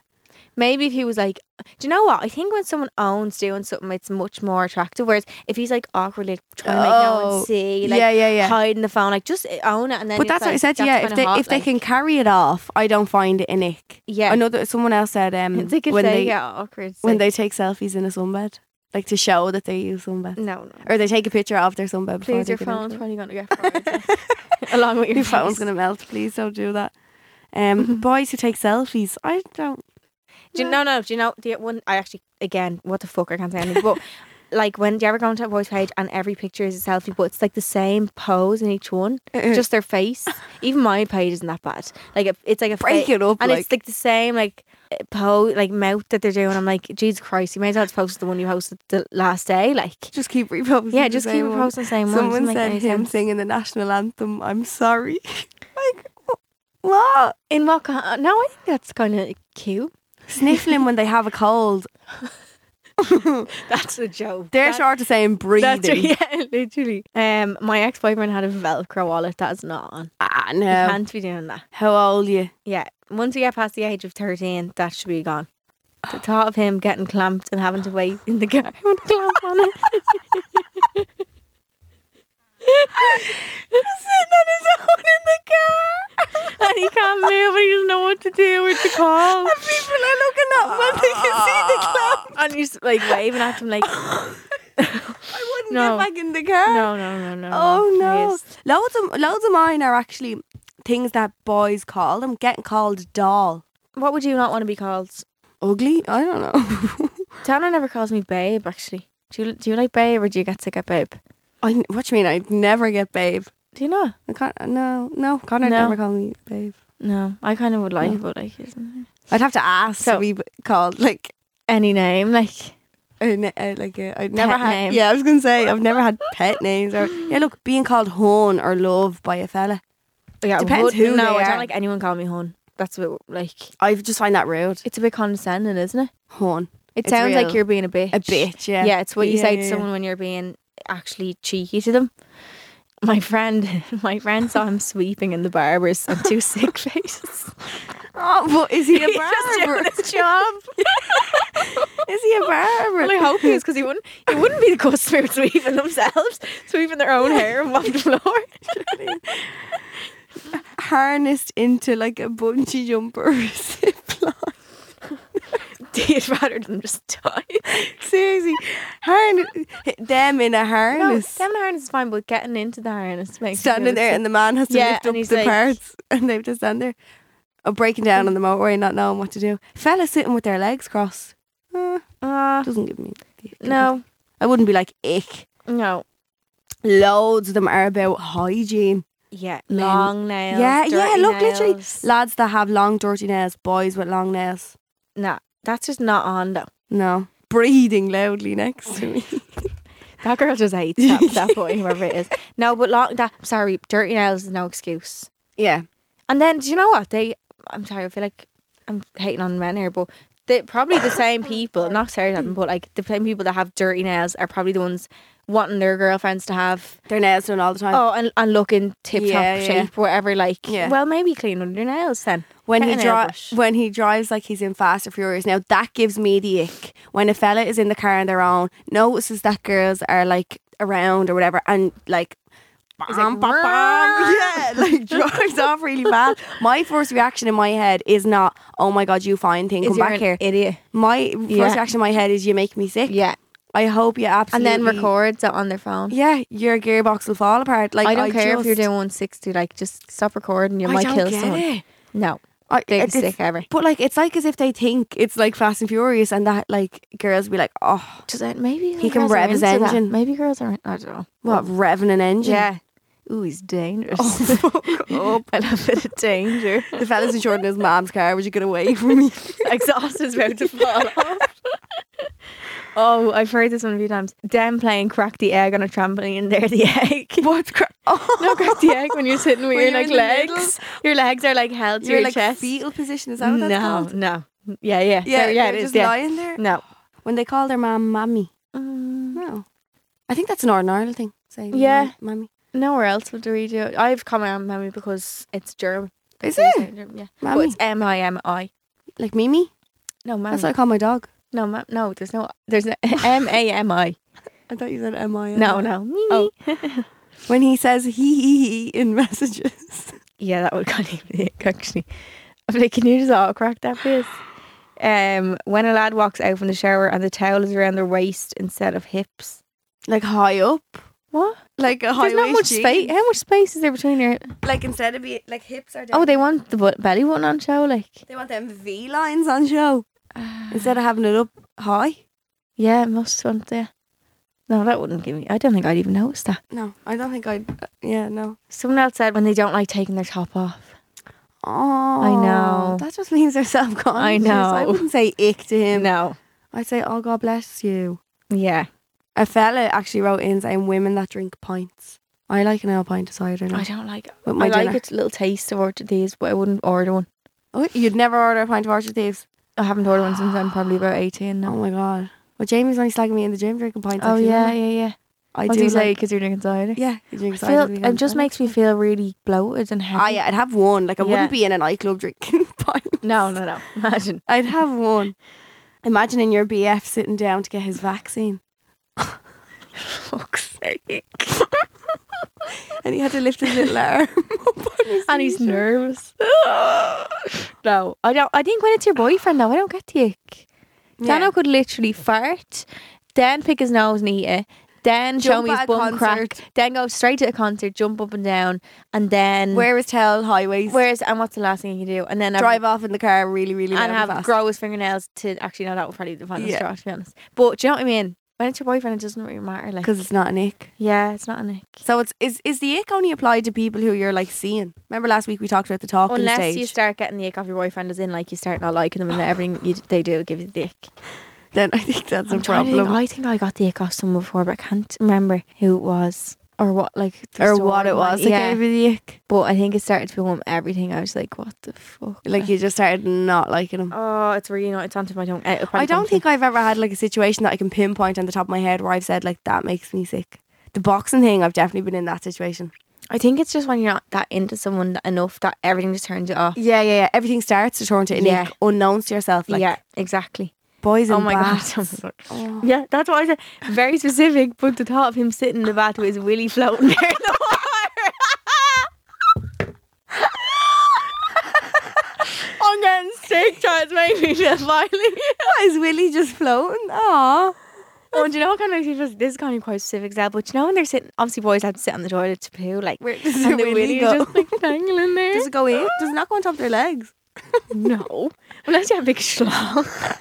B: Maybe if he was like, do you know what? I think when someone owns doing something, it's much more attractive. Whereas if he's like awkwardly trying to make no
C: Oh.
B: one see, like
C: Yeah, yeah, yeah.
B: hiding the phone, like just eh, own it and then.
C: But
B: it's
C: that's what I
B: like,
C: said. to
B: that's
C: you, Yeah, if
B: kinda
C: they
B: hot,
C: if they
B: like-
C: can carry it off, I don't find it an ick.
B: Yeah.
C: I know that someone else said um
B: It's like if
C: when
B: they,
C: they
B: get awkward. it's
C: when
B: like,
C: they take selfies in a sunbed, like to show that they use sunbed,
B: no, no.
C: or they take a picture of their sunbed. before
B: Please,
C: they
B: your
C: get into
B: phone's
C: it.
B: probably going to get fried, yeah. along with your,
C: Your phone's
B: face.
C: gonna melt. Please don't do that. Um, boys who take selfies, I don't.
B: Do you, no, no. Do you know the one? I actually again, what the fuck? I can't say anything. But like, when do you ever go onto a boy's page and every picture is a selfie, but it's like the same pose in each one, just their face. Even my page isn't that bad. Like it- it's like a
C: Break it up,
B: and
C: like.
B: it's like the same like pose, like mouth that they're doing. I'm like, Jesus Christ, you may as well just post the one you posted the last day. Like,
C: Just keep reposting.
B: yeah,
C: the
B: just keep
C: same one.
B: posting the same one.
C: Someone
B: Doesn't make
C: said
B: any
C: him
B: sense.
C: singing the national anthem. I'm sorry. like wh- what?
B: in what? Con- no, I think that's kind of cute.
C: Sniffling when they have a cold.
B: That's a joke.
C: They're short of saying breathing.
B: That's right, yeah, literally. Um, my ex boyfriend had a Velcro wallet that is not on.
C: Ah
B: You
C: no.
B: can't be doing that.
C: How old are you?
B: Yeah, once we get past the age of thirteen, that should be gone. The thought of him getting clamped and having to wait in the car with a clamp on it.
C: Sitting on his own in the car.
B: and he can't move and he doesn't know what to do or to call.
C: People are looking up when they can see the clown.
B: And he's like waving at him like,
C: I wouldn't
B: No.
C: get back in the car.
B: no, no, no, no.
C: Oh no.
B: Please.
C: Loads of loads of mine are actually things that boys call them. Getting called doll.
B: What would you not want to be called?
C: Ugly? I don't know.
B: Tana never calls me babe, actually. Do you, do you like babe or do you get sick of babe?
C: I what do you mean? I'd never get babe.
B: Do you know?
C: I can't no, no, Connor
B: No.
C: never called me babe.
B: No, I kind of would like it, but like, isn't
C: I'd have to ask
B: So-
C: to be called like
B: any name. Like,
C: a na- uh, like a, I've never
B: Pet
C: had.
B: name.
C: Yeah, I was gonna say I've never had pet names or yeah. Look, being called hon or love by a fella,
B: Yeah, hood-
C: Depends who
B: No,
C: they
B: I
C: are.
B: don't like anyone call me hon. That's what like
C: I just find that rude.
B: it's a bit condescending, isn't it?
C: Hon,
B: It
C: It's
B: sounds
C: real.
B: like you're being a bitch.
C: a bitch. Yeah,
B: Yeah, it's what you say
C: yeah,
B: to
C: yeah.
B: someone when you're being actually cheeky to them. My friend, my friend saw him sweeping in the barbers and two sick faces.
C: Oh, but is he a
B: He's just
C: barber?
B: doing his job.
C: is he a barber?
B: Well, I hope he is because he wouldn't. He wouldn't be the customer sweeping themselves, sweeping their own hair off the floor.
C: harnessed into like a bungee jumper or a zipline.
B: Did rather than just die.
C: Seriously, harness them in a
B: No,
C: harness.
B: seven harness is fine, but getting into the harness makes me
C: standing
B: really
C: there,
B: sick.
C: and the man has to
B: Yeah,
C: lift
B: and
C: up
B: he's
C: the
B: like-
C: parts, and they have to stand there, or breaking down on the motorway, not knowing what to do. Fella sitting with their legs crossed. Uh,
B: Uh,
C: doesn't give me.
B: no,
C: I wouldn't be like ick.
B: no.
C: Loads of them are about hygiene.
B: Yeah,
C: Nail-
B: long nails.
C: yeah, yeah.
B: dirty
C: Look, literally,
B: nails.
C: lads that have long dirty nails, boys with long nails.
B: Nah, that's just not on though.
C: No, breathing loudly next to me.
B: That girl just hates that, that boy, whoever it is. No, but long that sorry, dirty nails is no excuse.
C: yeah,
B: And then do you know what? They I'm sorry, I feel like I'm hating on men here, but they probably the same people, not stereotyping, but like the same people that have dirty nails are probably the ones wanting their girlfriends to have
C: their nails done all the time.
B: oh and, and look in tip top
C: Yeah, yeah.
B: shape or whatever, like
C: Yeah.
B: well maybe clean under your nails then.
C: when
B: Get
C: he
B: a nail
C: drives
B: brush.
C: when he drives like he's in Fast and Furious. Now that gives me the ick. When a fella is in the car on their own, notices that girls are like around or whatever, and like.
B: He's like,
C: bam, bam, bam. Yeah, like drives off really bad. My first reaction in my head is not, "Oh my god, you fine thing,
B: Is
C: come
B: you're
C: back
B: an
C: here."
B: Idiot.
C: My first
B: Yeah.
C: reaction in my head is, "You make me sick."
B: Yeah.
C: I hope you
B: And
C: absolutely.
B: then records it on their phone.
C: Yeah, your gearbox will fall apart. Like
B: I don't care if you're
C: just-
B: doing 160. Like, just stop recording. You
C: I
B: might
C: don't
B: kill
C: get
B: someone.
C: it.
B: No,
C: I,
B: biggest
C: it's-
B: dick ever.
C: But like, it's like as if they think it's like Fast and Furious, and that like girls be like, oh,
B: Does that uh, maybe
C: He
B: girls
C: can
B: are
C: rev his
B: into that.
C: engine.
B: Maybe girls are. I don't know.
C: what revving an engine?
B: Yeah. Ooh, he's dangerous.
C: Oh,
B: I love it. of danger.
C: The fella's insured in his mom's car. Would you get away from me?
B: Exhaust is about to fall off. oh, I've heard this one a few times. Them playing crack the egg on a trampoline and they're the egg.
C: what? Cra- oh,
B: No, crack the egg when you're sitting with
C: When
B: your
C: you're
B: like
C: in the middle.
B: legs. Your legs are like held to
C: You're
B: your
C: like
B: chest.
C: fetal position. Is that what
B: no,
C: that's called?
B: no. Yeah, yeah.
C: Yeah,
B: There- yeah, it
C: they're
B: is.
C: just
B: yeah.
C: lying there.
B: No. Um,
C: When they call their mom mammy. No, I think that's an Northern Ireland thing. Saying
B: Yeah.
C: mam- mammy.
B: Nowhere else would we do it. I've come on Mammy because it's German.
C: Is
B: They
C: it
B: say German, Yeah.
C: Mammy.
B: But it's M I M I.
C: like Mimi?
B: Oh, No, Mammy.
C: That's what I call my dog.
B: no, ma- no, there's no, there's no M A M I.
C: I thought you said M I.
B: No, no. Mimi.
C: Oh. When he says he he he in messages.
B: Yeah, that would kind of be it, actually. I'm like, can you just all crack that, please? Um, when a lad walks out from the shower and the towel is around their waist instead of hips. like
C: high up.
B: What?
C: Like a
B: There's not much space. How much space is there between your?
C: Like instead of being like hips are down.
B: Oh, they want the butt- belly button on show, like.
C: They want them V lines on show instead of having it up high.
B: Yeah, it must want there. No, that wouldn't give me. I don't think I'd even notice that.
C: No, I don't think I'd. uh, yeah, no.
B: Someone else said when they don't like taking their top off.
C: Oh,
B: know.
C: That just means they're self conscious.
B: I know.
C: I wouldn't say ick to him.
B: No.
C: I'd say, oh, God bless you.
B: Yeah.
C: A fella actually wrote in saying women that drink pints. I like an old pint of cider. Now.
B: I don't like it.
C: With my
B: I like
C: dinner.
B: it, a little taste of orchard thieves, but I wouldn't order one.
C: Oh, you'd never order a pint of Orchard Thieves.
B: I haven't ordered one since I'm probably about 18
C: Oh
B: now.
C: my God. Well, Jamie's only slagging me in the gym drinking pints.
B: Oh,
C: actually,
B: yeah,
C: isn't he?
B: yeah, yeah.
C: I
B: What do
C: do
B: you
C: like.
B: say? Because you're drinking cider?
C: yeah, you drink
B: I
C: cider.
B: feel,
C: with
B: it
C: me,
B: just
C: right?
B: makes me feel really bloated and heavy.
C: Ah, yeah, I'd have one. Like I
B: Yeah.
C: wouldn't be in a nightclub drinking pint.
B: No, no, no. Imagine.
C: I'd have one. Imagining your BF sitting down to get his vaccine.
B: Fuck's sake.
C: And he had to lift his little arm. up on his
B: and he's
C: seizure.
B: nervous. no, I don't. I think when it's your boyfriend, though, I don't get the ick.
C: Yeah.
B: Dano could literally fart, then pick his nose and eat it, then show
C: Jump
B: me his
C: at a
B: bum crack,
C: concert.
B: then go straight to a concert, jump up and down, and then
C: Wear his towel, highways.
B: where's and what's the last thing he can do? And then have-
C: drive off in the car really, really loud
B: and
C: and
B: have
C: fast.
B: grow his fingernails to actually no, that would probably be the final
C: Yeah.
B: straw to be honest. But do you know what I mean? When it's your boyfriend, it doesn't really matter. Like,
C: Because it's not an ick.
B: yeah, it's not an ick.
C: So it's is is the ick only applied to people who you're like seeing? Remember last week we talked about the talking
B: Unless
C: stage.
B: you start getting the ick off your boyfriend, as in like you start not liking them and everything you, they do give you the ick.
C: then I think that's a
B: I'm trying to think.
C: problem.
B: I think I got the ick off someone before, but I can't remember who it was or what like the
C: or what it
B: storyline.
C: was that
B: Yeah,
C: gave you the ick.
B: but I think it started to become everything. I was like, what the fuck?
C: Like you just started not liking him.
B: oh, it's really not. It's onto my tongue. Uh,
C: I don't think I've ever had like a situation that I can pinpoint on the top of my head where I've said like that makes me sick. The boxing thing, I've definitely been in that situation.
B: I think it's just when you're not that into someone enough that everything just turns it off.
C: Yeah, yeah, yeah. Everything starts to turn to an
B: Yeah.
C: ick, unknowns to yourself. Like
B: yeah, exactly.
C: boys
B: Oh
C: and
B: my god.
C: bats.
B: Oh my god. Yeah, that's what I said. Very specific, but the thought of him sitting in the bath with his willy floating there in the water. I'm getting sick, trying to make me feel violently.
C: What is Willie just floating? Aw.
B: Oh, do you know what kind of makes me feel? This is kind of quite a specific example. Do you know when they're sitting? Obviously, boys have to sit on the toilet to poo, like
C: Where does
B: and
C: the
B: the
C: willy
B: willy
C: go?
B: just like dangling there.
C: Does it go in? Does it not go on top of their legs?
B: no, unless you have a big schlong.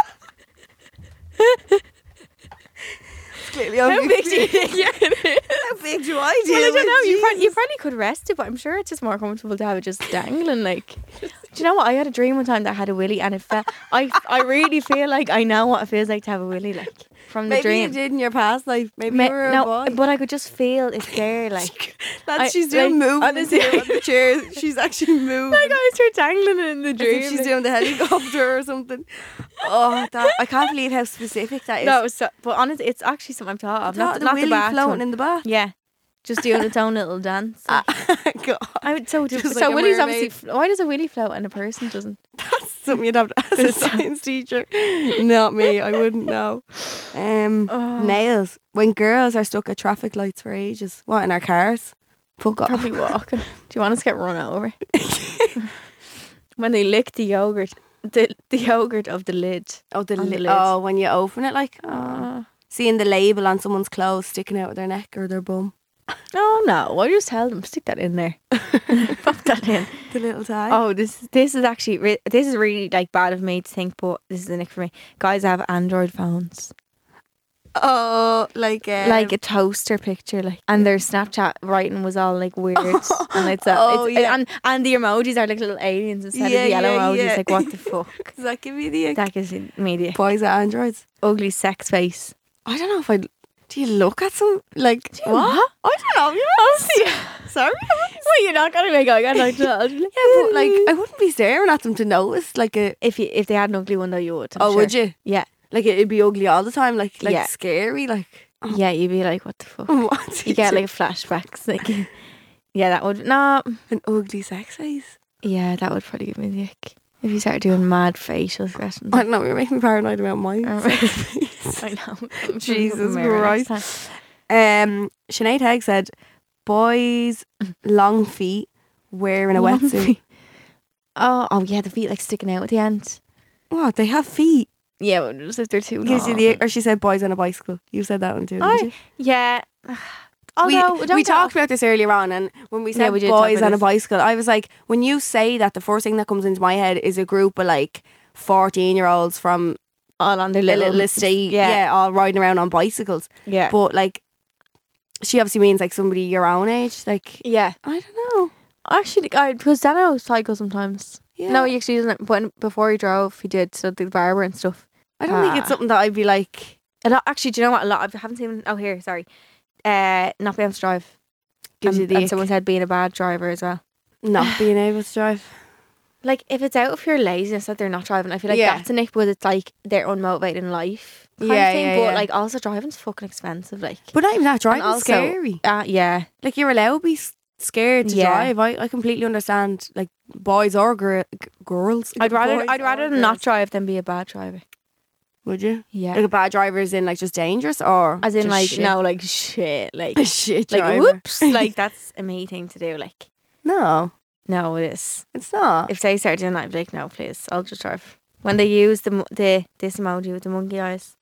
C: Clearly, I'm
B: How big do you think it is?
C: How big do I do?
B: Well, I don't know. You, prob- you probably could rest it, but I'm sure it's just more comfortable to have it just dangling. Like, do you know what? I had a dream one time that I had a willy, and it felt. I I really feel like I know what it feels like to have a willy, like from the
C: Maybe
B: dream.
C: you did in your past life. Maybe
B: Me-
C: you were a
B: no,
C: boy.
B: but I could just feel it's there, like.
C: That's
B: I-
C: she's doing
B: like,
C: moving
B: honestly,
C: here
B: I-
C: on the chair. She's actually moving.
B: My guys are dangling in the
C: As if
B: dream.
C: she's doing the helicopter or something. Oh, that, I can't believe how specific that is.
B: No, it was so, but honestly, it's actually something I've thought of.
C: Not
B: Not,
C: the
B: not
C: willy
B: the bath
C: floating
B: one.
C: in the bath.
B: Yeah, just doing its own little dance. like.
C: God,
B: I would so do.
C: Just
B: so
C: like a
B: Willie's
C: mermaid.
B: obviously. fl- Why does a Willie float and a person doesn't?
C: that's something you'd have to ask a science teacher. Not me. I wouldn't know. Um,
B: Oh.
C: Nails. When girls are stuck at traffic lights for ages, what in our cars? Fuck off.
B: Probably walking. Do you want us to get run over? when they lick the yogurt, the, the yogurt of the lid.
C: Oh, the,
B: on the Oh.
C: li-
B: lid.
C: oh, when you open it, like oh. seeing the label on someone's clothes sticking out of their neck or their bum.
B: Oh no! I just tell them stick that in there. Pop that in.
C: The little tie.
B: Oh, this this is actually re- this is really like bad of me to think, but this is the nick for me. Guys have Android phones,
C: Oh, like um,
B: like a toaster picture, like, and their Snapchat writing was all like weird, and it's, uh,
C: Oh,
B: it's-
C: yeah.
B: and and the emojis are like little aliens instead
C: Yeah,
B: of the yellow
C: yeah,
B: emojis.
C: yeah.
B: Like what the fuck?
C: Does that give you the
B: that gives me media
C: boys at androids?
B: ugly sex face.
C: I don't know if I. Do you look at some like
B: you not?
C: I don't know. You Sorry.
B: Well, you're not gonna make eye contact. yeah,
C: yeah, but like I wouldn't be staring at them to notice. Like a
B: if you if they had an ugly one though, you would. I'm
C: oh,
B: sure.
C: would you?
B: Yeah,
C: Like it'd be ugly all the time. Like like
B: Yeah.
C: scary. Like
B: yeah, you'd be like, what the fuck?
C: what?
B: You get like flashbacks, like. Yeah, that would no.
C: an ugly sex face.
B: Yeah, that would probably give me the ick. If you started doing mad facial expressions.
C: I don't know. You're making me paranoid about mine.
B: I know.
C: Jesus
B: Mirror next time.
C: Um, Sinead Hegg said, "Boys, long feet, wearing a
B: Long
C: wetsuit.
B: feet. Oh, oh yeah, the feet like sticking out at the end.
C: What? They have feet.
B: Yeah, but just if they're too
C: Gives you
B: long.
C: the. Or she said, boys on a bicycle. You said that one too. Didn't
B: I-
C: you?
B: yeah. Although
C: we,
B: don't
C: we
B: get-
C: talked about this earlier on, and when we said
B: Yeah, we did talk
C: boys
B: about
C: on a
B: this.
C: bicycle, I was like, when you say that, the first thing that comes into my head is a group of like fourteen-year-olds from
B: all on their
C: a
B: little,
C: little estate,
B: Yeah.
C: yeah. all riding around on bicycles.
B: Yeah.
C: But like, she obviously means like somebody your own age. Like,
B: yeah.
C: I don't know.
B: Actually, I because Dano cycles sometimes.
C: Yeah.
B: No, he actually doesn't. But before he drove, he did so the barber and stuff.
C: I don't think it's
B: Ah.
C: something that I'd be like.
B: And I- actually, do you know what? A lot. I haven't seen. Oh, here, sorry. Uh, not being able to drive.
C: Gives
B: and,
C: you the
B: and
C: ick.
B: someone said being a bad driver as well.
C: not being able to drive.
B: Like if it's out of your laziness that they're not driving, I feel like
C: Yeah.
B: that's an ick. But it's like they're unmotivated in life. Kind
C: Yeah,
B: of thing.
C: yeah,
B: But
C: yeah.
B: like also driving's fucking expensive. Like.
C: But not even that
B: And
C: driving
B: also-
C: scary.
B: Uh, yeah.
C: Like you're allowed to be s- scared to
B: Yeah.
C: drive. I, I completely understand. Like boys or gir- g- girls.
B: I'd rather
C: Boys
B: I'd
C: or
B: rather not
C: girls.
B: drive than be a bad driver.
C: Would you?
B: Yeah.
C: Like a bad driver is in like just dangerous or
B: As in
C: just
B: like
C: shit?
B: no like shit like
C: a shit
B: like
C: driver.
B: whoops like that's a me thing to do like
C: No,
B: no it is
C: it's not.
B: if they start doing that I'd be like no please I'll just drive when they use the mo- the this emoji with the monkey eyes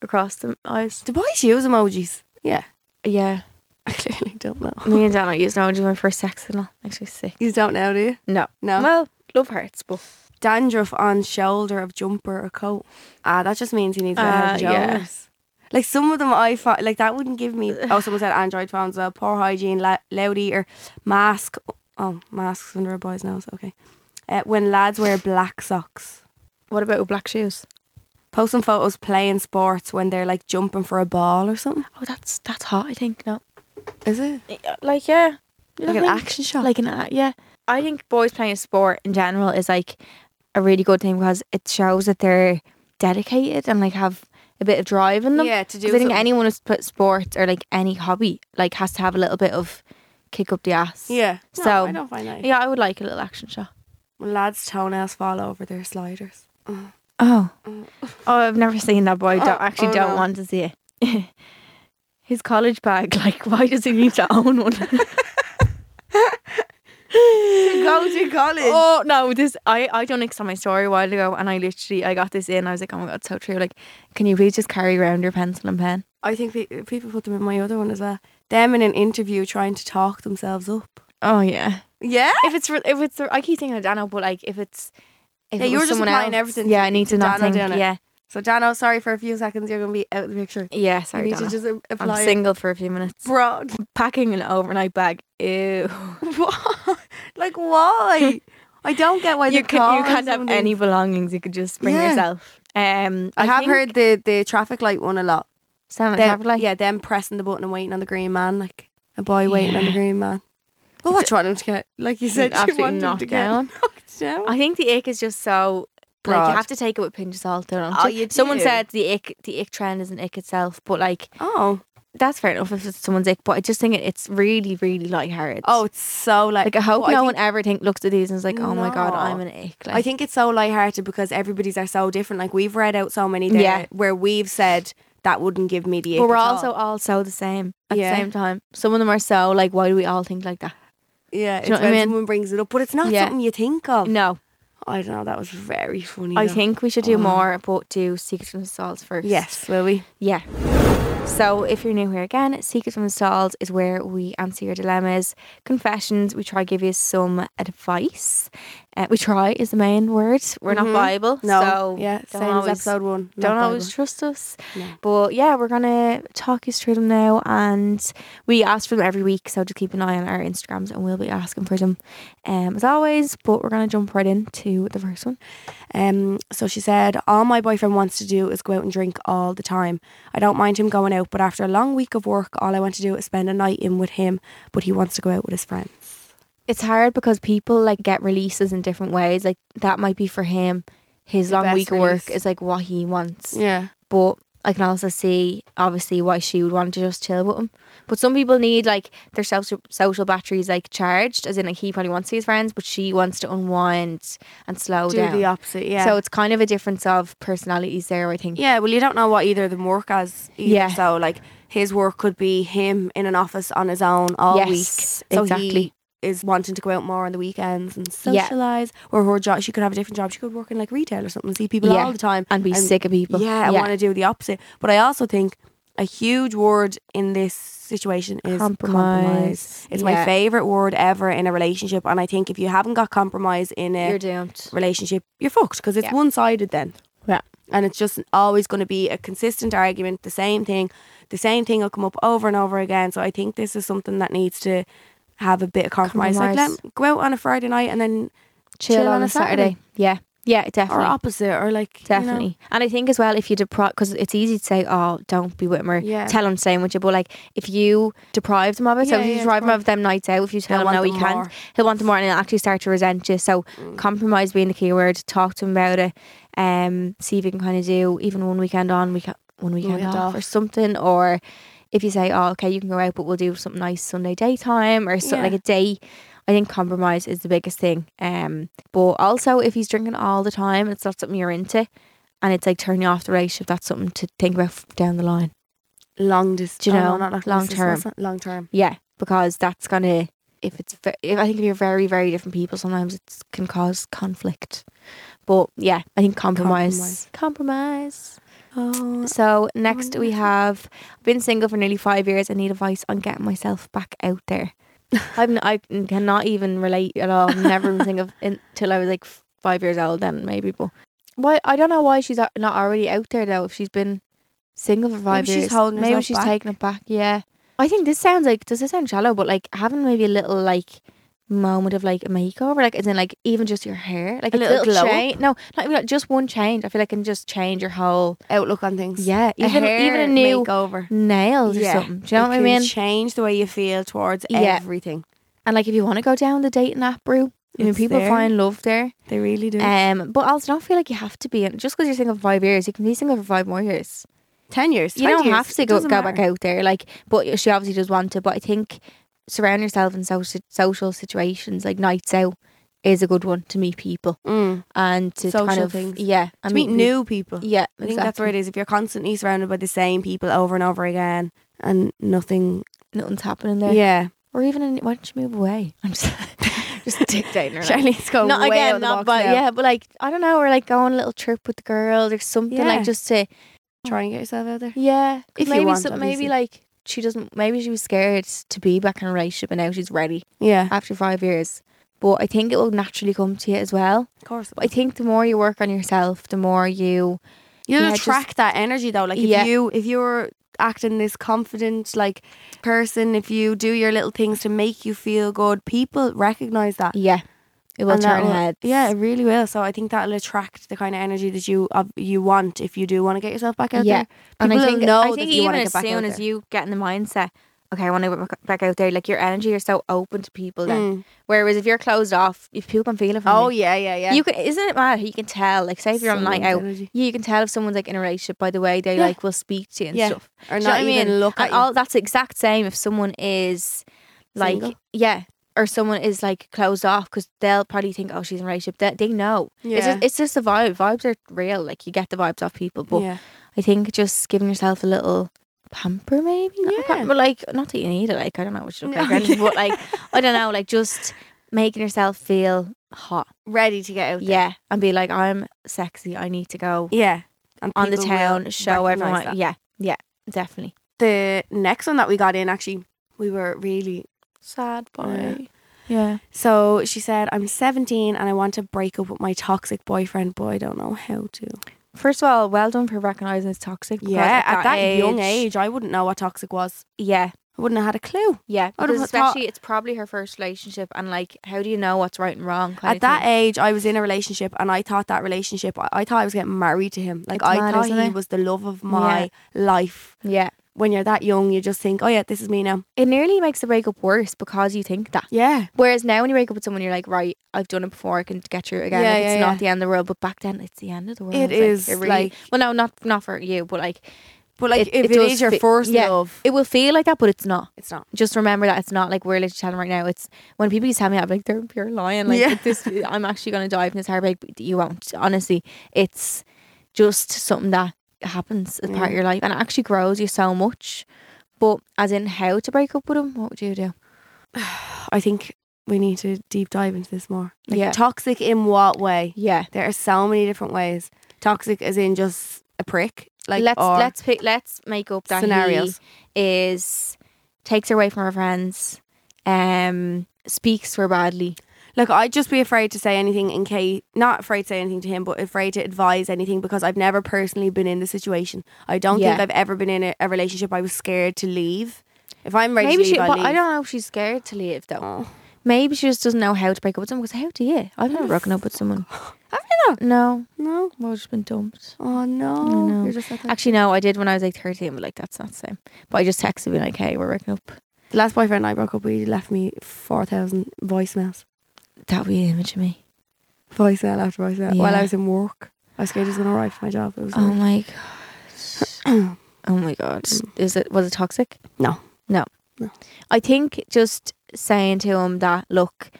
B: across the eyes
C: Do boys use emojis? Yeah,
B: yeah
C: I clearly don't know.
B: me and Dan I used an emoji my first sex and all actually sick
C: You don't know, do you?
B: no
C: No.
B: well love hurts but
C: Dandruff on shoulder of jumper or coat. Ah, that just means he needs a head and
B: Uh, yeah.
C: shoulders. Like some of them, I find like that wouldn't give me. Oh, someone said Android phones. Uh, poor hygiene, la- loud eater, mask. Oh, masks under a Eh, boy's nose. Okay. Uh, when lads wear black socks.
B: what about with black shoes
C: Posting photos playing sports when they're like jumping for a ball or something.
B: Oh, that's that's hot. I think no,
C: Is it?
B: like yeah, You
C: Like
B: know
C: an
B: what I mean?
C: action shot.
B: Like an a- yeah, I think boys playing a sport in general is like a really good thing because it shows that they're dedicated and like have a bit of drive in them.
C: Yeah, to do
B: 'Cause I think
C: something.
B: anyone who's put sports or like any hobby like has to have a little bit of kick up the ass.
C: yeah. No,
B: So-
C: I don't find that.
B: yeah, I would like a little action shot.
C: Lads' toenails fall over their sliders.
B: Oh. Oh, I've never seen that, but I don't, actually
C: oh
B: don't
C: no.
B: want to see it. His college bag, like, why does he need to own one?
C: Go to college.
B: oh no, this I I done it on my story a while ago, and I literally I got this in. I was like, oh my god, so true. Like, can you please just carry around your pencil and pen?
C: I think pe- people put them in my other one as well. Them in an interview trying to talk themselves up.
B: Oh yeah.
C: Yeah.
B: If it's re- if it's I keep thinking of Dano, but like if it's if
C: Yeah,
B: it
C: you
B: was
C: were just
B: someone
C: applying
B: else,
C: everything
B: Yeah,
C: to-
B: I need
C: to
B: to not
C: Dano
B: think.
C: doing it.
B: Yeah,
C: So Dano, sorry for a few seconds. You're gonna be out of the picture.
B: yeah.
C: You
B: Sorry,
C: need to
B: Dano.
C: just a-
B: I'm
C: apply. it.
B: single for a few minutes.
C: Bro,
B: Packing an overnight bag. Ew.
C: why? like why? I don't get why
B: you
C: they
B: can you
C: call
B: can't have
C: something.
B: any belongings. You could just bring
C: Yeah.
B: yourself. Um,
C: I, have
B: think
C: heard the the traffic light one a lot.
B: Sam
C: Them-
B: Traffic Light.
C: Yeah, them pressing the button and waiting on the green man, like a boy waiting on the green man. Well, what's wrong to get? Like you said, you
B: Absolutely
C: want him to
B: knocked
C: get
B: down.
C: knocked down.
B: I think the ick is just so like
C: Broad.
B: you have to take it with a pinch of salt. Don't
C: Oh,
B: you?
C: you
B: Someone
C: do.
B: said the ick, the ick trend is an ick itself, but like
C: oh,
B: that's fair enough if it's someone's ick. But I just think it, it's really, really lighthearted.
C: oh, it's so like.
B: like I hope
C: Well,
B: no
C: think-
B: one ever think looks at these and is like, oh my god,
C: No.
B: I'm an ick. Like,
C: I think it's so lighthearted because everybody's are so different. Like we've read out so many there
B: Yeah.
C: where we've said that wouldn't give me the. ick
B: but we're
C: at all."
B: also all so the same at
C: Yeah.
B: the same time. Some of them are so like, why do we all think like that? do
C: yeah. It's
B: you know what I
C: when
B: mean?
C: someone brings it up, but it's not
B: Yeah.
C: something you think of.
B: No,
C: I don't know. That was very funny.
B: I
C: though.
B: think we should do more, but do secrets and assaults first.
C: Yes, will we?
B: Yeah. So, if you're new here again, Secrets from the Stalls is where we answer your dilemmas, confessions. We try give you some advice. Uh, we try is the main word. We're not Bible,
C: Mm-hmm. No.
B: so
C: yeah.
B: don't
C: Same
B: always,
C: as episode one. not
B: Don't
C: Bible.
B: always trust us.
C: No.
B: But yeah, we're gonna talk you through them now, and we ask for them every week. So just keep an eye on our Instagrams, and we'll be asking for them, um, as always. But we're gonna jump right into the first one.
C: Um, so she said, All my boyfriend wants to do is go out and drink all the time. I don't mind him going out, but after a long week of work, all I want to do is spend a night in with him, but he wants to go out with his friends.
B: it's hard because people like get releases in different ways. Like that might be for him, his
C: The
B: long
C: best
B: week of work
C: release.
B: is like what he wants.
C: Yeah.
B: But I can also see obviously why she would want to just chill with him. But some people need like their social social batteries like charged, as in like he probably wants to see his friends, but she wants to unwind and slow
C: do
B: down.
C: the opposite, yeah.
B: So it's kind of a difference of personalities there, I think.
C: yeah, well, you don't know what either of them work as either.
B: Yeah.
C: So, like, his work could be him in an office on his own all
B: Yes,
C: week. So
B: exactly.
C: he is wanting to go out more on the weekends and socialise. Or her job, she could have a different job. She could work in like retail or something, and see people
B: Yeah.
C: all the time.
B: And be
C: And-
B: sick of people.
C: Yeah, I want to do the opposite. But I also think a huge word in this situation is compromise.
B: Compromise.
C: It's
B: Yeah.
C: my favorite word ever in a relationship, and I think if you haven't got compromise in a
B: You're doomed.
C: relationship, you're fucked because it's
B: Yeah.
C: one sided then.
B: Yeah.
C: And it's just always going to be a consistent argument, the same thing, the same thing will come up over and over again. So I think this is something that needs to have a bit of compromise.
B: Compromise.
C: Like, let go out on a Friday night and then
B: Chill, on, a Saturday. Yeah. Yeah,
C: or
B: definitely.
C: opposite, or like you know.
B: Definitely. And I think as well, if you deprive, because it's easy to say, oh, don't be with him or
C: Yeah.
B: tell him same with you, but like if you deprive them of it, so
C: Yeah,
B: if you
C: yeah,
B: deprive them
C: deprive-
B: of them nights out, if you tell
C: They'll
B: him no,
C: want
B: he
C: them
B: can't,
C: more.
B: he'll want them more and he'll actually start to resent you. So
C: Mm.
B: compromise being the key word, talk to him about it, um, see if you can kind of do even one weekend on, week- one weekend
C: Weekend
B: off,
C: off.
B: or something, or if you say, oh, okay, you can go out, but we'll do something nice Sunday daytime or something
C: Yeah.
B: like a day. I think compromise is the biggest thing. Um, but also if he's drinking all the time and it's not something you're into, and it's like turning off the relationship, that's something to think about f- down the line.
C: long distance.
B: Do you know, long
C: Long term.
B: Yeah, because that's gonna if it's ve- if I think if you're very very different people, sometimes it can cause conflict. But yeah, I think compromise. Compromise.
C: Oh,
B: So next we have I've been single for nearly five years. I need advice on getting myself back out there. I'm I cannot even relate at all. I've never been single until I was like f- five years old. Then maybe, but why? I don't know why she's a- not already out there though. If she's been single for five
C: Maybe she's
B: years,
C: holding
B: maybe
C: herself
B: she's
C: back.
B: taking it back. Yeah, I think this sounds like does this sound shallow? But like having maybe a little like moment of like a makeover, like as in like even just your hair, like
C: A
B: a
C: little
B: little,
C: glow up?
B: change. No, not even just one change. I feel like can just change your whole
C: Outlook on things.
B: yeah,
C: A
B: even
C: hair
B: even a new
C: makeover.
B: nails or something. Do you know
C: It
B: what I
C: can
B: mean?
C: Change the way you feel towards
B: Yeah.
C: everything.
B: and like if you want to go down the dating app route, I mean
C: It's
B: people
C: there.
B: find love there.
C: They really do.
B: Um, but also don't feel like you have to be in just because you're single for five years, you can be single for five more years.
C: Ten years.
B: you
C: 20
B: don't
C: years,
B: have to
C: it
B: go,
C: doesn't
B: go back
C: matter.
B: out there like but she obviously does want to but i think surround yourself in social, social situations like nights out is a good one to meet people
C: Mm.
B: and to kind
C: Social
B: of
C: things.
B: yeah I
C: To meet new people.
B: yeah
C: I think that's where it is. If you're constantly surrounded by the same people over and over again and nothing.
B: nothing's happening there
C: Yeah.
B: or even in, why don't you move away i'm just just dictating her like,
C: Charlene's going
B: not
C: way out
B: again
C: of the
B: not
C: box
B: but
C: now.
B: yeah but like i don't know or like go on a little trip with the girls or something
C: Yeah.
B: like just to
C: Try and get yourself out there.
B: yeah 'cause
C: If you
B: maybe
C: want,
B: some-
C: obviously.
B: maybe like she doesn't maybe she was scared to be back in a relationship and now she's ready
C: Yeah.
B: after five years. But I think it will naturally come to you as well.
C: Of course.
B: But I think the more you work on yourself, the more you
C: You'll
B: Yeah, just-
C: attract that energy though. Like if
B: Yeah.
C: you if you're acting this confident like person, if you do your little things to make you feel good, people recognize that.
B: yeah, it will
C: And that
B: turn
C: will-
B: heads.
C: Yeah, it really will. So I think that'll attract the kind of energy that you of you want if you do want to get yourself back out
B: yeah.
C: there.
B: and
C: People
B: I
C: will
B: think
C: know
B: I
C: that
B: think
C: you wanna
B: even
C: get
B: as
C: back out
B: soon as
C: there.
B: you get in the mindset, okay, I want to get back out there. Like your energy, you're so open to people. Then,
C: Mm.
B: whereas if you're closed off, if people can feel it. From
C: Oh
B: you.
C: yeah, yeah, yeah.
B: You can, isn't it mad? You can tell, like, say if you're on a night
C: Someone's
B: out,
C: energy.
B: yeah, you can tell if someone's like in a relationship by the way they
C: Yeah.
B: like will speak to you and
C: Yeah.
B: stuff. Do
C: or
B: you know
C: not
B: what I
C: even
B: mean?
C: look
B: and
C: at
B: all that's the exact same if someone is like
C: Single.
B: yeah or someone is like closed off because they'll probably think oh she's in a relationship they, they know it's
C: Yeah.
B: just it's just the vibe vibes are real like you get the vibes off people
C: you.
B: but I think just giving yourself a little pamper maybe not a
C: Yeah.
B: pamper, like not that you need it like I don't know what you look
C: No.
B: like Brendan, but like I don't know like just making yourself feel hot
C: ready to get out. there.
B: yeah and be like I'm sexy I need to go
C: yeah. And
B: on the
C: people will
B: town show
C: recognise
B: everyone
C: that.
B: yeah yeah definitely
C: The next one that we got in actually, we were really sad by.
B: yeah
C: So she said, I'm 17 and I want to break up with my toxic boyfriend, but I don't know how to.
B: First of all, well done for recognizing it's toxic. because
C: I wouldn't know what toxic was.
B: Yeah,
C: I wouldn't have had a clue.
B: yeah.
C: I would've
B: Because
C: thought-
B: especially, it's probably her first relationship, and like, how do you know what's right and wrong? kind
C: At
B: of
C: that
B: thing.
C: age, I was in a relationship and I thought that relationship, I, I thought I was getting married to him. Like,
B: It's
C: I
B: mad,
C: thought
B: isn't
C: he
B: it?
C: was the love of my life.
B: yeah,
C: When you're that young, you just think, oh, yeah, this is me now.
B: it nearly makes the breakup worse because you think that.
C: Yeah.
B: Whereas now, when you break up with someone, you're like, right, I've done it before. I can get through it again.
C: Yeah,
B: like, it's
C: yeah,
B: not
C: yeah.
B: the end of the world. But back then, it's the end of the world.
C: It is,
B: Like, it really,
C: like-
B: well, no, not not for you, but like,
C: But, like, if it
B: does
C: is your
B: fe-
C: first
B: yeah,
C: love,
B: it will feel like that, but it's not.
C: it's not.
B: just remember that it's not like we're literally telling right now. It's when people used to tell me, I'm like, they're pure lying. Like
C: Yeah.
B: this, I'm actually gonna die from this heartbreak. But you won't. Honestly, it's just something that happens as part of your life, and it actually grows you so much. But as in how to break up with them, what would you do?
C: I think we need to deep dive into this more. Like,
B: Yeah.
C: Toxic in what way?
B: Yeah,
C: There are so many different ways. Toxic as in just a prick. Like
B: let's
C: or
B: let's pick, let's make up that
C: scenarios.
B: he is takes her away from her friends, um, speaks to her badly.
C: Like I'd just be afraid to say anything in case not afraid to say anything to him, but afraid to advise anything because I've never personally been in the situation. I don't think
B: Yeah.
C: I've ever been in a, a relationship I was scared to leave. If I'm ready
B: Maybe
C: to
B: she,
C: leave, I
B: but
C: leave.
B: I don't know if she's scared to leave though.
C: Oh.
B: Maybe she just doesn't know how to break up with someone. Because how do you? I've never broken up with someone.
C: Have you
B: No,
C: not? No.
B: I've always been dumped.
C: Oh no.
B: know.
C: You're just like that.
B: Actually, no, I did when I was like 13, but like that's not the same. But I just texted me like, hey, we're breaking up.
C: The last boyfriend I broke up with, he left me four thousand voicemails.
B: That would be an image of me.
C: Voicemail after voicemail. While I
B: Yeah.
C: was in work. I was scared he was gonna arrive for my job. It was
B: Oh
C: really-
B: my god. oh my god. Is it was it toxic?
C: Mm. No.
B: No.
C: No.
B: I think just saying to him that look,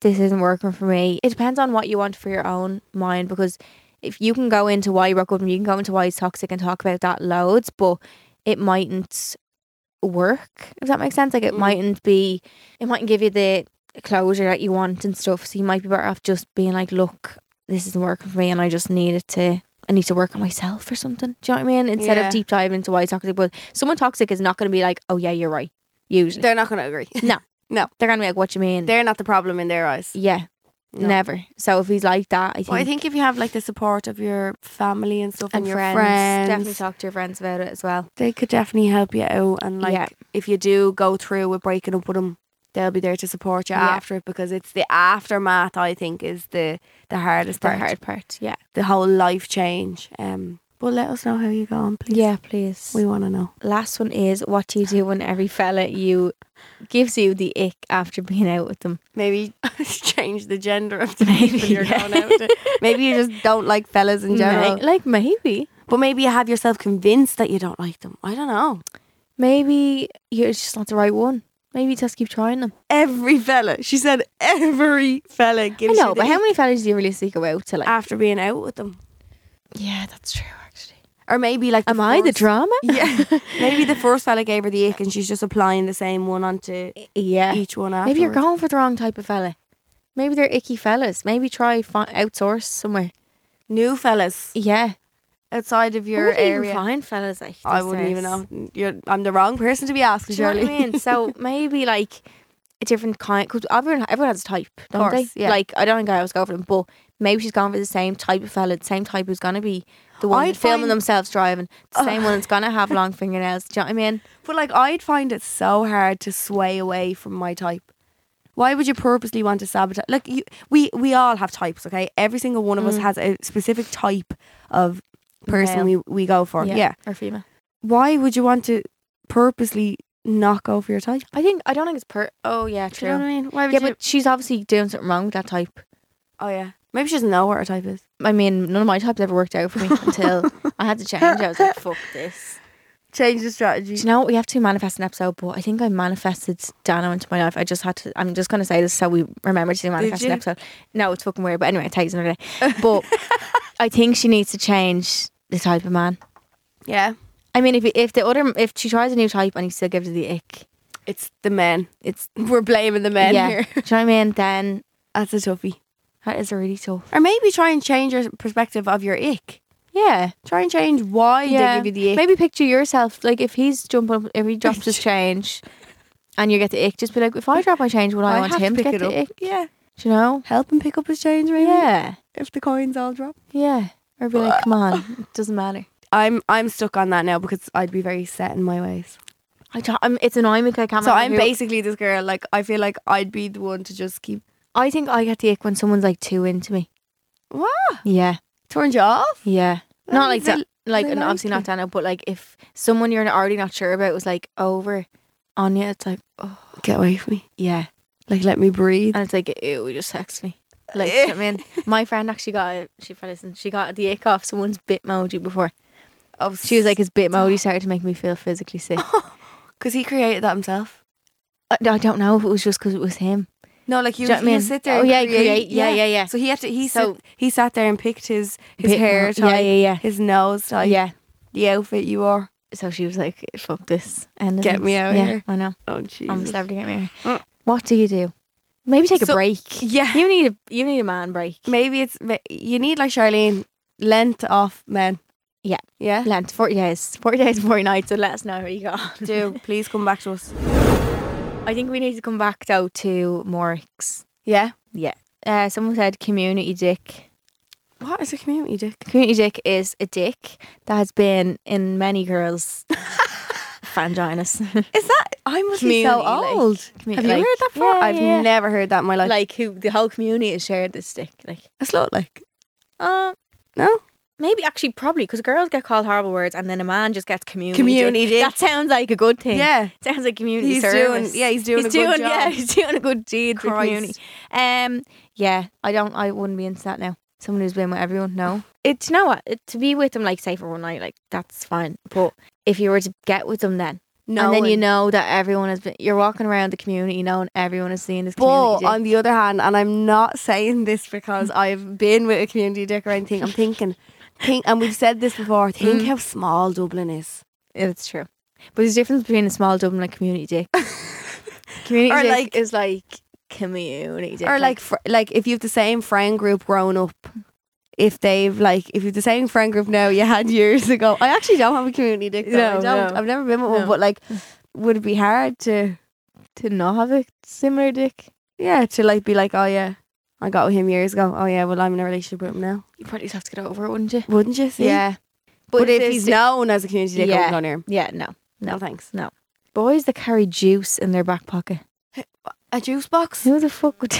B: this isn't working for me. It depends on what you want for your own mind because if you can go into why you broke up and you can go into why it's toxic and talk about that loads, but it mightn't work, if that makes sense. Like it
C: Mm.
B: mightn't be it mightn't give you the closure that you want and stuff. So you might be better off just being like, Look, this isn't working for me and I just needed to I need to work on myself or something. Do you know what I mean? Instead
C: Yeah.
B: of deep diving into why it's toxic, but someone toxic is not gonna be like, Oh yeah, you're right. Usually.
C: They're not gonna agree.
B: They're gonna be like, What you mean?
C: They're not the problem in their eyes.
B: Yeah.
C: No.
B: Never. So if he's like that, I think,
C: Well, I think if you have like the support of your family and stuff and,
B: and
C: your
B: friends,
C: friends,
B: definitely talk to your friends about it as well.
C: they could definitely help you out. And like
B: Yeah.
C: if you do go through with breaking up with them, they'll be there to support you
B: Yeah.
C: after it because it's the aftermath I think is the the hardest
B: the
C: part.
B: hard part. Yeah.
C: The whole life change. Um but let us know how you go on, please.
B: Yeah, please.
C: We wanna know.
B: Last one is what do you do when every fella you gives you the ick after being out with them?
C: Maybe change the gender of the
B: Maybe,
C: people you're
B: yeah.
C: going out to. Maybe you just don't like fellas in general.
B: May- like maybe.
C: But maybe you have yourself convinced that you don't like them. I don't know.
B: Maybe you're just not the right one. Maybe just keep trying them.
C: Every fella. She said every fella
B: I
C: gives
B: know,
C: you
B: but
C: the Ah,
B: how
C: ick
B: many fellas do you really seek out to like?
C: after being out with them.
B: yeah, that's true actually.
C: Or maybe like the
B: Am I the
C: first-
B: drama?
C: Yeah. Maybe the first fella gave her the ick and she's just applying the same one onto
B: yeah.
C: each one after.
B: Maybe you're going for the wrong type of fella. Maybe they're icky fellas. Maybe try fi- outsource somewhere.
C: new fellas
B: Yeah,
C: outside of your
B: Where do you even
C: area.
B: find fellas like
C: I
B: these
C: wouldn't even
B: days?
C: know. You're, I'm the wrong person to be asking,
B: Do you know
C: surely.
B: what I mean? So maybe like a different kind. Cause everyone, everyone has a type, don't
C: course,
B: they?
C: yeah.
B: Like I don't think I was going for them, but maybe she's gone for the same type of fella, the same type who's gonna be the one
C: I'd
B: filming
C: find-
B: themselves driving, the same one that's gonna have long fingernails. Do you know what I mean?
C: But like, I'd find it so hard to sway away from my type. Why would you purposely want to sabotage? Like, you, we we all have types, okay? Every single one of us has a specific type of person we,
B: Male.
C: we go for. Yeah.
B: or female.
C: Why would you want to purposely not go for your type?
B: I think I don't think it's per. Oh yeah,
C: Do
B: true.
C: you know what I mean? Why would
B: yeah,
C: you?
B: but she's obviously doing something wrong with that type.
C: oh yeah, maybe she doesn't know what her type is.
B: I mean, none of my types ever worked out for me until I had to change. I was like, fuck this.
C: Change the
B: Do
C: strategy.
B: you know what? We have to manifest an episode, but I think I manifested Dano into my life. I just had to, I'm just going to say this so we remember to manifest an
C: you?
B: episode. No, it's fucking weird, but anyway, I'll tell you another day. But I think she needs to change the type of man.
C: Yeah,
B: I mean, if if the other, if she tries a new type and he still gives her the ick,
C: it's the men.
B: it's,
C: We're blaming the men
B: yeah.
C: here.
B: Do you know what I mean? Then
C: That's a toughie.
B: that is really tough.
C: Or maybe try and change your perspective of your ick.
B: Yeah.
C: Try and change why they give you the ick.
B: Maybe picture yourself like if he's jumping, up- if he drops his change, and you get the ick. Just be like, if I drop my change, would I, want
C: have
B: him to,
C: pick
B: get the
C: it up.
B: ick?
C: Yeah.
B: Do you know?
C: Help him pick up his change, maybe.
B: Yeah,
C: If the coins all drop.
B: yeah. Or be like, come on, it doesn't matter.
C: I'm I'm stuck on that now because I'd be very set in my ways.
B: I don't, I'm, it's annoying because I can't.
C: So I'm
B: remember who-
C: basically this girl. Like I feel like I'd be the one to just keep
B: I think I get the ick when someone's like too into me.
C: what
B: Yeah,
C: turned you off.
B: yeah. Not like
C: they-
B: that. Like,
C: they
B: and
C: like
B: obviously
C: you.
B: not Dano, but like if someone you're already not sure about was like over on you, it's like, oh
C: Get away from me.
B: yeah,
C: Like let me breathe.
B: And it's like, ew, just text me. Like, do you know what I mean, my friend actually got a, she listen, she got the ick off someone's bitmoji before.
C: Oh,
B: She was like, his bitmoji started to make me feel physically sick.
C: because he created that himself.
B: I, I don't know if it was just because it was him.
C: No, like you,
B: Do you know what I
C: you
B: mean?
C: sit there.
B: Oh,
C: and
B: yeah, create- yeah, yeah, yeah.
C: So he had to. He
B: So-
C: sat, he sat there and picked his his
B: Bit
C: hair
B: mo-
C: type,
B: yeah, yeah, yeah.
C: his nose type,
B: Uh, yeah.
C: the outfit you wore.
B: So she was like, fuck this. And
C: Get me out of
B: yeah,
C: here.
B: I know.
C: Oh
B: I'm a
C: jeez.
B: celebrity, get me out of here.
C: Mm.
B: What do you do? Maybe take
C: So-
B: a break.
C: yeah.
B: You need a, you need a man break.
C: Maybe it's ma- you need like Charlene length off men.
B: Yeah.
C: Yeah.
B: Lent, 40 days. 40 days, 40 nights. So let us know how you got on.
C: Do please come back to us.
B: I think we need to come back though to Morix.
C: Yeah.
B: Yeah. Uh, someone said community dick.
C: What is a community dick?
B: Community dick is a dick that has been in many girls' fanginas.
C: Is that I must be so
B: Community, like-
C: old?
B: commu-
C: Have you
B: like-
C: heard that before?
B: Yeah,
C: I've
B: yeah.
C: never heard that in my life.
B: like who the whole community has shared this dick. Like,
C: a slut, like
B: uh,
C: no.
B: maybe actually probably because girls get called horrible words and then a man just gets community.
C: Community dick.
B: That sounds like a good thing.
C: Yeah.
B: sounds like community
C: He's
B: service.
C: doing- yeah, he's doing a good job.
B: Yeah, he's doing a good deed for
C: Christ.
B: community. Um, yeah, I don't. I wouldn't be into that now. Someone who's been with everyone, no. It, do you know what? It, to be with them, like say for one night, like that's fine. But if you were to get with them, then
C: No.
B: and then you know that everyone has been. You're walking around the community, knowing everyone has seen this.
C: But
B: community dick.
C: on the other hand, and I'm not saying this because I've been with a community dick or anything. I'm thinking, think, and we've said this before. Think how small Dublin is,
B: Yeah, that's true. But there's a difference between a small Dublin and community dick. community
C: Or
B: dick
C: like-
B: is like community dick.
C: or like, fr- like if you have the same friend group growing up. If they've like, if you've the same friend group now you had years ago, I actually don't have a community dick. Though.
B: No,
C: I don't.
B: no.
C: I've never been with
B: No.
C: one, but like, would it be hard to
B: to not have a similar dick.
C: Yeah, to like be like, oh yeah, I got with him years ago. Oh yeah, well I'm in a relationship with him now.
B: You probably just have to get over it, wouldn't you?
C: Wouldn't you? See?
B: Yeah.
C: But, if,
B: there's
C: he's
B: di-
C: known as a community dick,
B: Yeah.
C: I wouldn't go near him.
B: yeah, no,
C: No,
B: no.
C: thanks.
B: Boys that carry juice in their back pocket.
C: A juice box?
B: Who the fuck would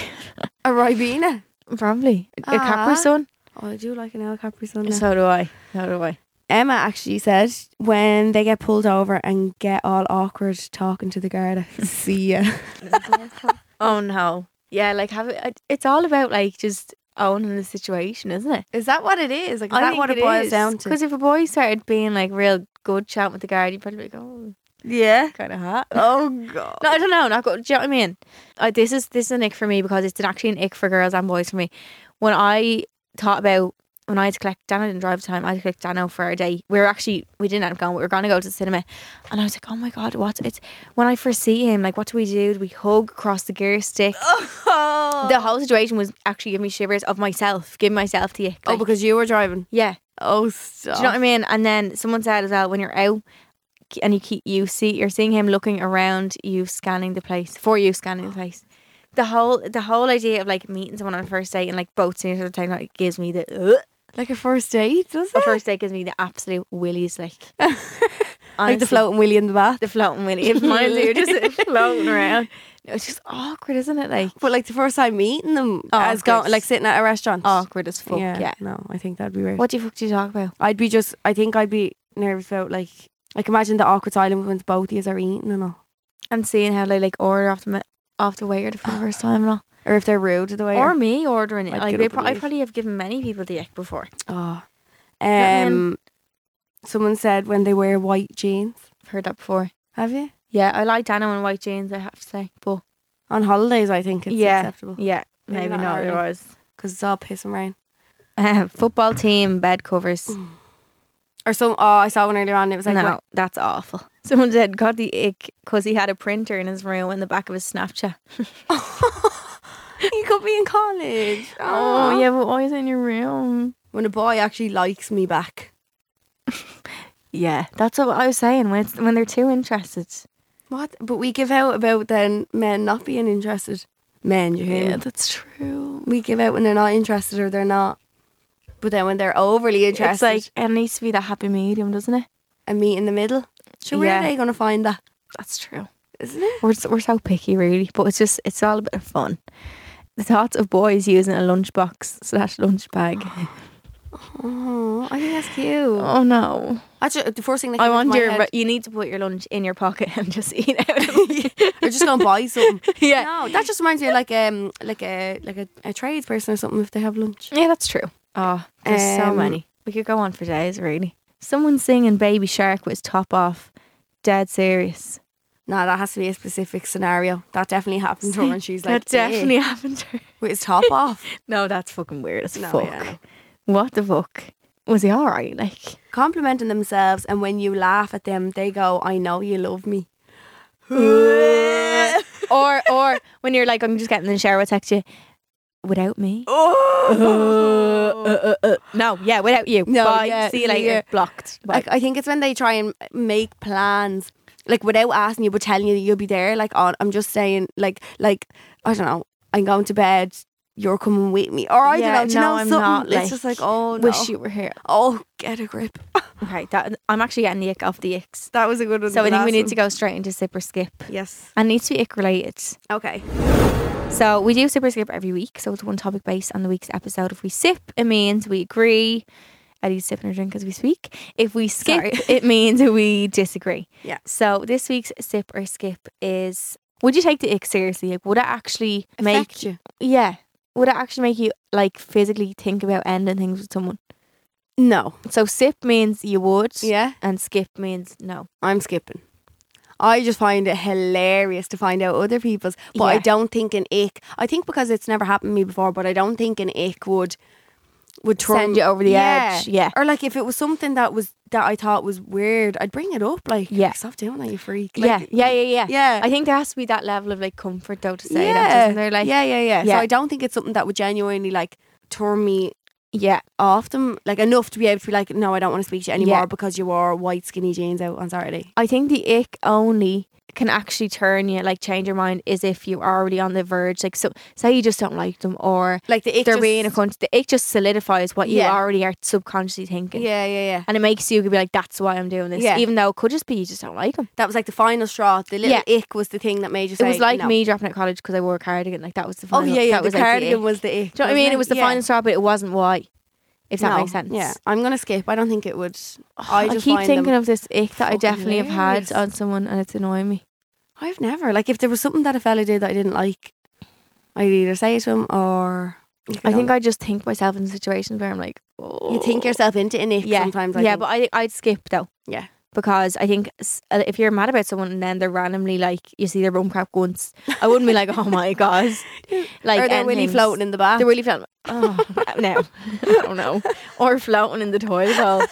C: A Ribena?
B: Probably. A Capri
C: Ah.
B: Sun?
C: Oh, I do like an El Capri Sun. now.
B: So do I. So do I.
C: Emma actually said when they get pulled over and get all awkward talking to the guard, see ya.
B: Oh no. Yeah, like have it, it's all about like just owning the situation, isn't it?
C: Is that what it is? Like, is that what it boils down to?
B: Because if a boy started being like real good chat with the guard, you'd probably be like, oh,
C: Yeah.
B: kind of hot.
C: Oh god.
B: No, I don't know. Not good. Do you know what I mean? Uh, this is this is an ick for me because it's an, actually an ick for girls and boys for me. When I thought about when I had to collect Dano didn't drive the time, I had to collect Dano for a day. We were actually we didn't end up going. We were going to go to the cinema, and I was like, oh my god, what? It's when I first see him. Like, what do we do? Do we hug, cross the gear stick? The whole situation was actually giving me shivers of myself, giving myself the ick.
C: Oh,
B: like-
C: because you were driving.
B: yeah.
C: Oh, stop.
B: Do you know what I mean? And then someone said as well, when you're out and you keep you see you're seeing him looking around you scanning the place for you scanning the place. The whole the whole idea of like meeting someone on a first date and like both seeing each other time like gives me the ugh.
C: Like a first date, does
B: a
C: it?
B: first date gives me the absolute willies like
C: like
B: Honestly,
C: the floating willy in the bath.
B: the floating willy. It reminds me, you're just floating around. No, it's just awkward, isn't it? Like
C: But like the first time meeting them as
B: Awkward.
C: going like sitting at a restaurant.
B: awkward as fuck. Yeah.
C: Oh, No, I think that'd be weird.
B: What do you fuck do you talk about?
C: I'd be just I think I'd be nervous about like like imagine the awkward silence when both of you are eating and all.
B: And seeing how they like order off the ma- off the waiter for the first time and all.
C: Or if they're rude to the way.
B: or me ordering it.
C: I'd
B: Like
C: get
B: they
C: up and
B: pro- I
C: leave.
B: probably have given many people the ick before.
C: oh.
B: I mean?
C: Um someone said when they wear white jeans.
B: I've heard that before.
C: Have you?
B: Yeah, I like Dano in white jeans. I have to say, but
C: On holidays I think it's
B: Yeah.
C: acceptable.
B: yeah,
C: Maybe
B: maybe
C: not
B: not
C: early.
B: otherwise.
C: Because it's all piss and rain.
B: Um, football team bed covers.
C: Or some oh I saw one earlier on, it was like
B: no,
C: what-
B: that's awful. Someone said got the ick because he had a printer in his room in the back of his Snapchat.
C: you could be in college.
B: Oh,
C: Aw.
B: yeah, but why is it in your room?
C: When a boy actually likes me back.
B: Yeah, that's what I was saying. When it's, when they're too interested.
C: What? But we give out about then men not being interested. Men, you hear me?
B: that's true.
C: We give out when they're not interested or they're not. But then when they're overly
B: It's
C: interested,
B: like it needs to be that happy medium, doesn't it?
C: a meet in the middle. So where
B: Yeah.
C: are they going to find that?
B: That's true.
C: Isn't it?
B: We're, s- we're so picky, really, but it's just it's all a bit of fun. The thoughts of boys using a lunchbox slash lunch bag.
C: Oh, I think that's cute.
B: Oh no!
C: Actually, the first thing that
B: I
C: came
B: want
C: into
B: your
C: my
B: re-
C: head,
B: you need to put your lunch in your pocket and just eat out of it.
C: are just going to buy something.
B: yeah,
C: No, that just reminds me of like um like a like a, a tradesperson or something if they have lunch.
B: yeah, that's true. Oh, there's so
C: Um,
B: many. We could go on for days, really. Someone singing "Baby Shark" was top off, dead serious.
C: No, that has to be a specific scenario. That definitely happened to her, and she's like,
B: that definitely happened. To her.
C: "Eh," with his top off.
B: No, that's fucking weird as
C: No,
B: fuck.
C: yeah, no.
B: What the fuck? Was he all right? Like.
C: complimenting themselves and when you laugh at them they go i know you love me
B: or or when you're like, I'm just getting in the shower, I text you without me.
C: Oh.
B: Uh, uh, uh, No, yeah, without you.
C: No,
B: Bye.
C: yeah,
B: See you later.
C: yeah.
B: Blocked. Bye.
C: like i think it's when they try and make plans like without asking you but telling you that you'll be there like on i'm just saying like like i don't know i'm going to bed you're coming with me or i
B: Yeah,
C: don't know do
B: no,
C: you know
B: I'm
C: something
B: not, like,
C: it's just like oh no.
B: Wish you were here.
C: oh get a grip
B: Okay, that I'm actually getting the ick off the icks.
C: that was a good one
B: So I think we need to go straight into sip or skip.
C: yes
B: And it needs to be ick related.
C: okay
B: So we do sip or skip every week. So it's one topic based on the week's episode. If we sip, it means we agree. Eddie's sipping her drink as we speak. If we skip,
C: Sorry.
B: it means we disagree.
C: yeah
B: So this week's sip or skip is: Would you take the ick seriously? Like, would it actually make
C: Affect you
B: yeah? Would it actually make you like physically think about ending things with someone?
C: no
B: So sip means you would,
C: yeah
B: and skip means no.
C: I'm skipping. I just find it hilarious to find out other people's, but I
B: Yeah.
C: don't think an ick. I think because it's never happened to me before, but I don't think an ick would would throw
B: Send
C: me-
B: you over the edge, yeah.
C: Or like if it was something that was that I thought was weird, I'd bring it up. Like,
B: Yeah.
C: stop doing that, you freak. Like,
B: yeah, yeah, yeah, yeah.
C: yeah.
B: I think there has to be that level of like comfort though to say that,
C: yeah,
B: doesn't there? Like,
C: yeah, yeah, yeah,
B: Yeah.
C: So I don't think it's something that would genuinely like turn me
B: Yeah.
C: off them, like enough to be able to be like, no, I don't want to speak to you anymore
B: Yeah.
C: because you wore white skinny jeans out on Saturday.
B: I think the ick only can actually turn you, like change your mind, is if you're already on the verge. Like, so say you just don't like them or
C: Like the ick
B: they're
C: just-
B: being a cunt. The ick just solidifies what you
C: Yeah.
B: already are subconsciously thinking.
C: Yeah, yeah, yeah.
B: And it makes you be like, that's why I'm doing this.
C: Yeah.
B: Even though it could just be you just don't like them.
C: That was like the final straw. The little
B: Yeah.
C: ick was the thing that made you
B: It
C: say
B: was like
C: no.
B: me dropping out of college because I wore a cardigan. Like, that was the
C: Oh
B: final.
C: yeah, yeah.
B: That
C: the
B: was like, the
C: cardigan
B: ick.
C: was the ick.
B: Do you know what I
C: wasn't
B: mean?
C: it?
B: It was the
C: Yeah.
B: final straw, but it wasn't why. If that
C: No,
B: makes sense. Oh,
C: Yeah, I'm gonna skip. I don't think it would. I,
B: I
C: just
B: keep
C: find
B: thinking
C: them-
B: of this ick that I
C: fucking
B: definitely have
C: hilarious.
B: had on someone and it's annoying me.
C: I've never like if there was something that a fella did that I didn't like, I'd either say it to him or
B: I think I just think myself in situations where I'm like, oh.
C: you think yourself into an ick
B: yeah.
C: sometimes. I
B: yeah,
C: think.
B: but I, I'd skip though.
C: Yeah.
B: Because I think s- uh, if you're mad about someone and then they're randomly like, you see their bum crack once, I wouldn't be like, oh my God. Like,
C: or they're
B: end
C: really
B: things.
C: floating in the bath.
B: They're really floating. Oh, no. I don't know. Or floating in the toilet bowl.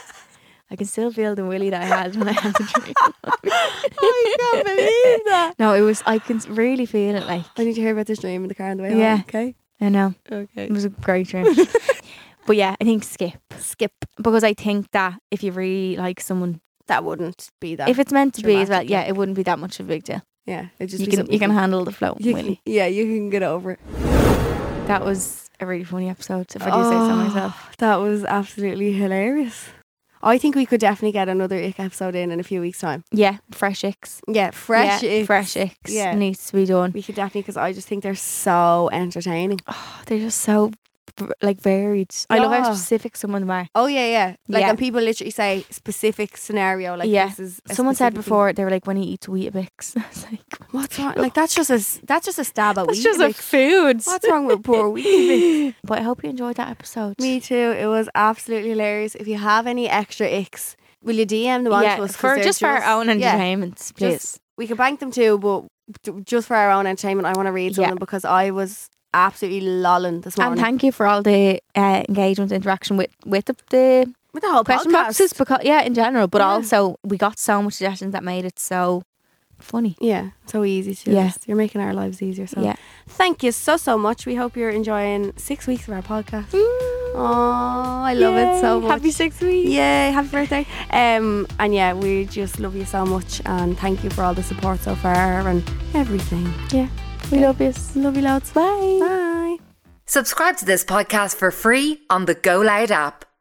B: I can still feel the willy that I had when I had the drink.
C: I can't believe that.
B: No, it was, I can s- really feel it. Like,
C: I need to hear about this dream in the car on the way
B: Yeah.
C: home. Okay.
B: I know.
C: Okay.
B: It was a great dream. but yeah, I think skip.
C: Skip.
B: Because I think that if you really like someone,
C: That wouldn't be that.
B: if it's meant to be as well,
C: dramatic,
B: yeah, it wouldn't be that much of a big deal.
C: yeah, it just
B: You
C: be
B: can
C: something
B: you can handle the flow,
C: you
B: Willie.
C: can- yeah, you can get over it.
B: That was a really funny episode, if I do say so
C: Oh,
B: myself.
C: That was absolutely hilarious. I think we could definitely get another ick episode in in a few weeks' time.
B: Yeah, fresh icks.
C: Yeah, fresh
B: yeah,
C: icks.
B: Fresh icks
C: Yeah.
B: needs to be done.
C: We could definitely because I just think they're so entertaining.
B: Oh, they're just so v- like varied. I love
C: Yeah.
B: how specific some of them are.
C: Oh yeah, yeah. Like
B: Yeah.
C: and people literally say specific scenario. Like
B: Yeah.
C: this is a
B: Someone said
C: specific thing.
B: before they were like when he eats Weetabix. I was like,
C: What's wrong? Like that's just a s- that's just a stab at
B: that's just a
C: Weetabix.
B: food.
C: What's wrong with poor Weetabix?
B: But I hope you enjoyed that episode.
C: Me too. It was absolutely hilarious. If you have any extra icks, will you DM them on
B: yeah,
C: to us 'Cause
B: for
C: they're
B: just for our own
C: yeah.
B: entertainment, please.
C: Just- we can bank them too, but d- just for our own entertainment, I want to read some
B: Yeah.
C: of them because I was absolutely lolling this
B: and
C: morning
B: thank you for all the uh, engagement, interaction with with the, the
C: with the whole
B: question
C: podcast.
B: boxes. Because yeah, in general, but
C: Yeah.
B: also we got so much suggestions that made it so funny.
C: Yeah, so easy to.
B: Yeah.
C: just- you're making our lives easier. So
B: Yeah.
C: thank you so so much. We hope you're enjoying six weeks of our podcast. Oh, I love it so much.
B: Happy six weeks.
C: Yay, happy birthday. Um, and yeah, we just love you so much and thank you for all the support so far and everything.
B: Yeah, we love you.
C: Love you loads.
B: Bye.
C: Bye.
A: Subscribe to this podcast for free on the Go Loud app.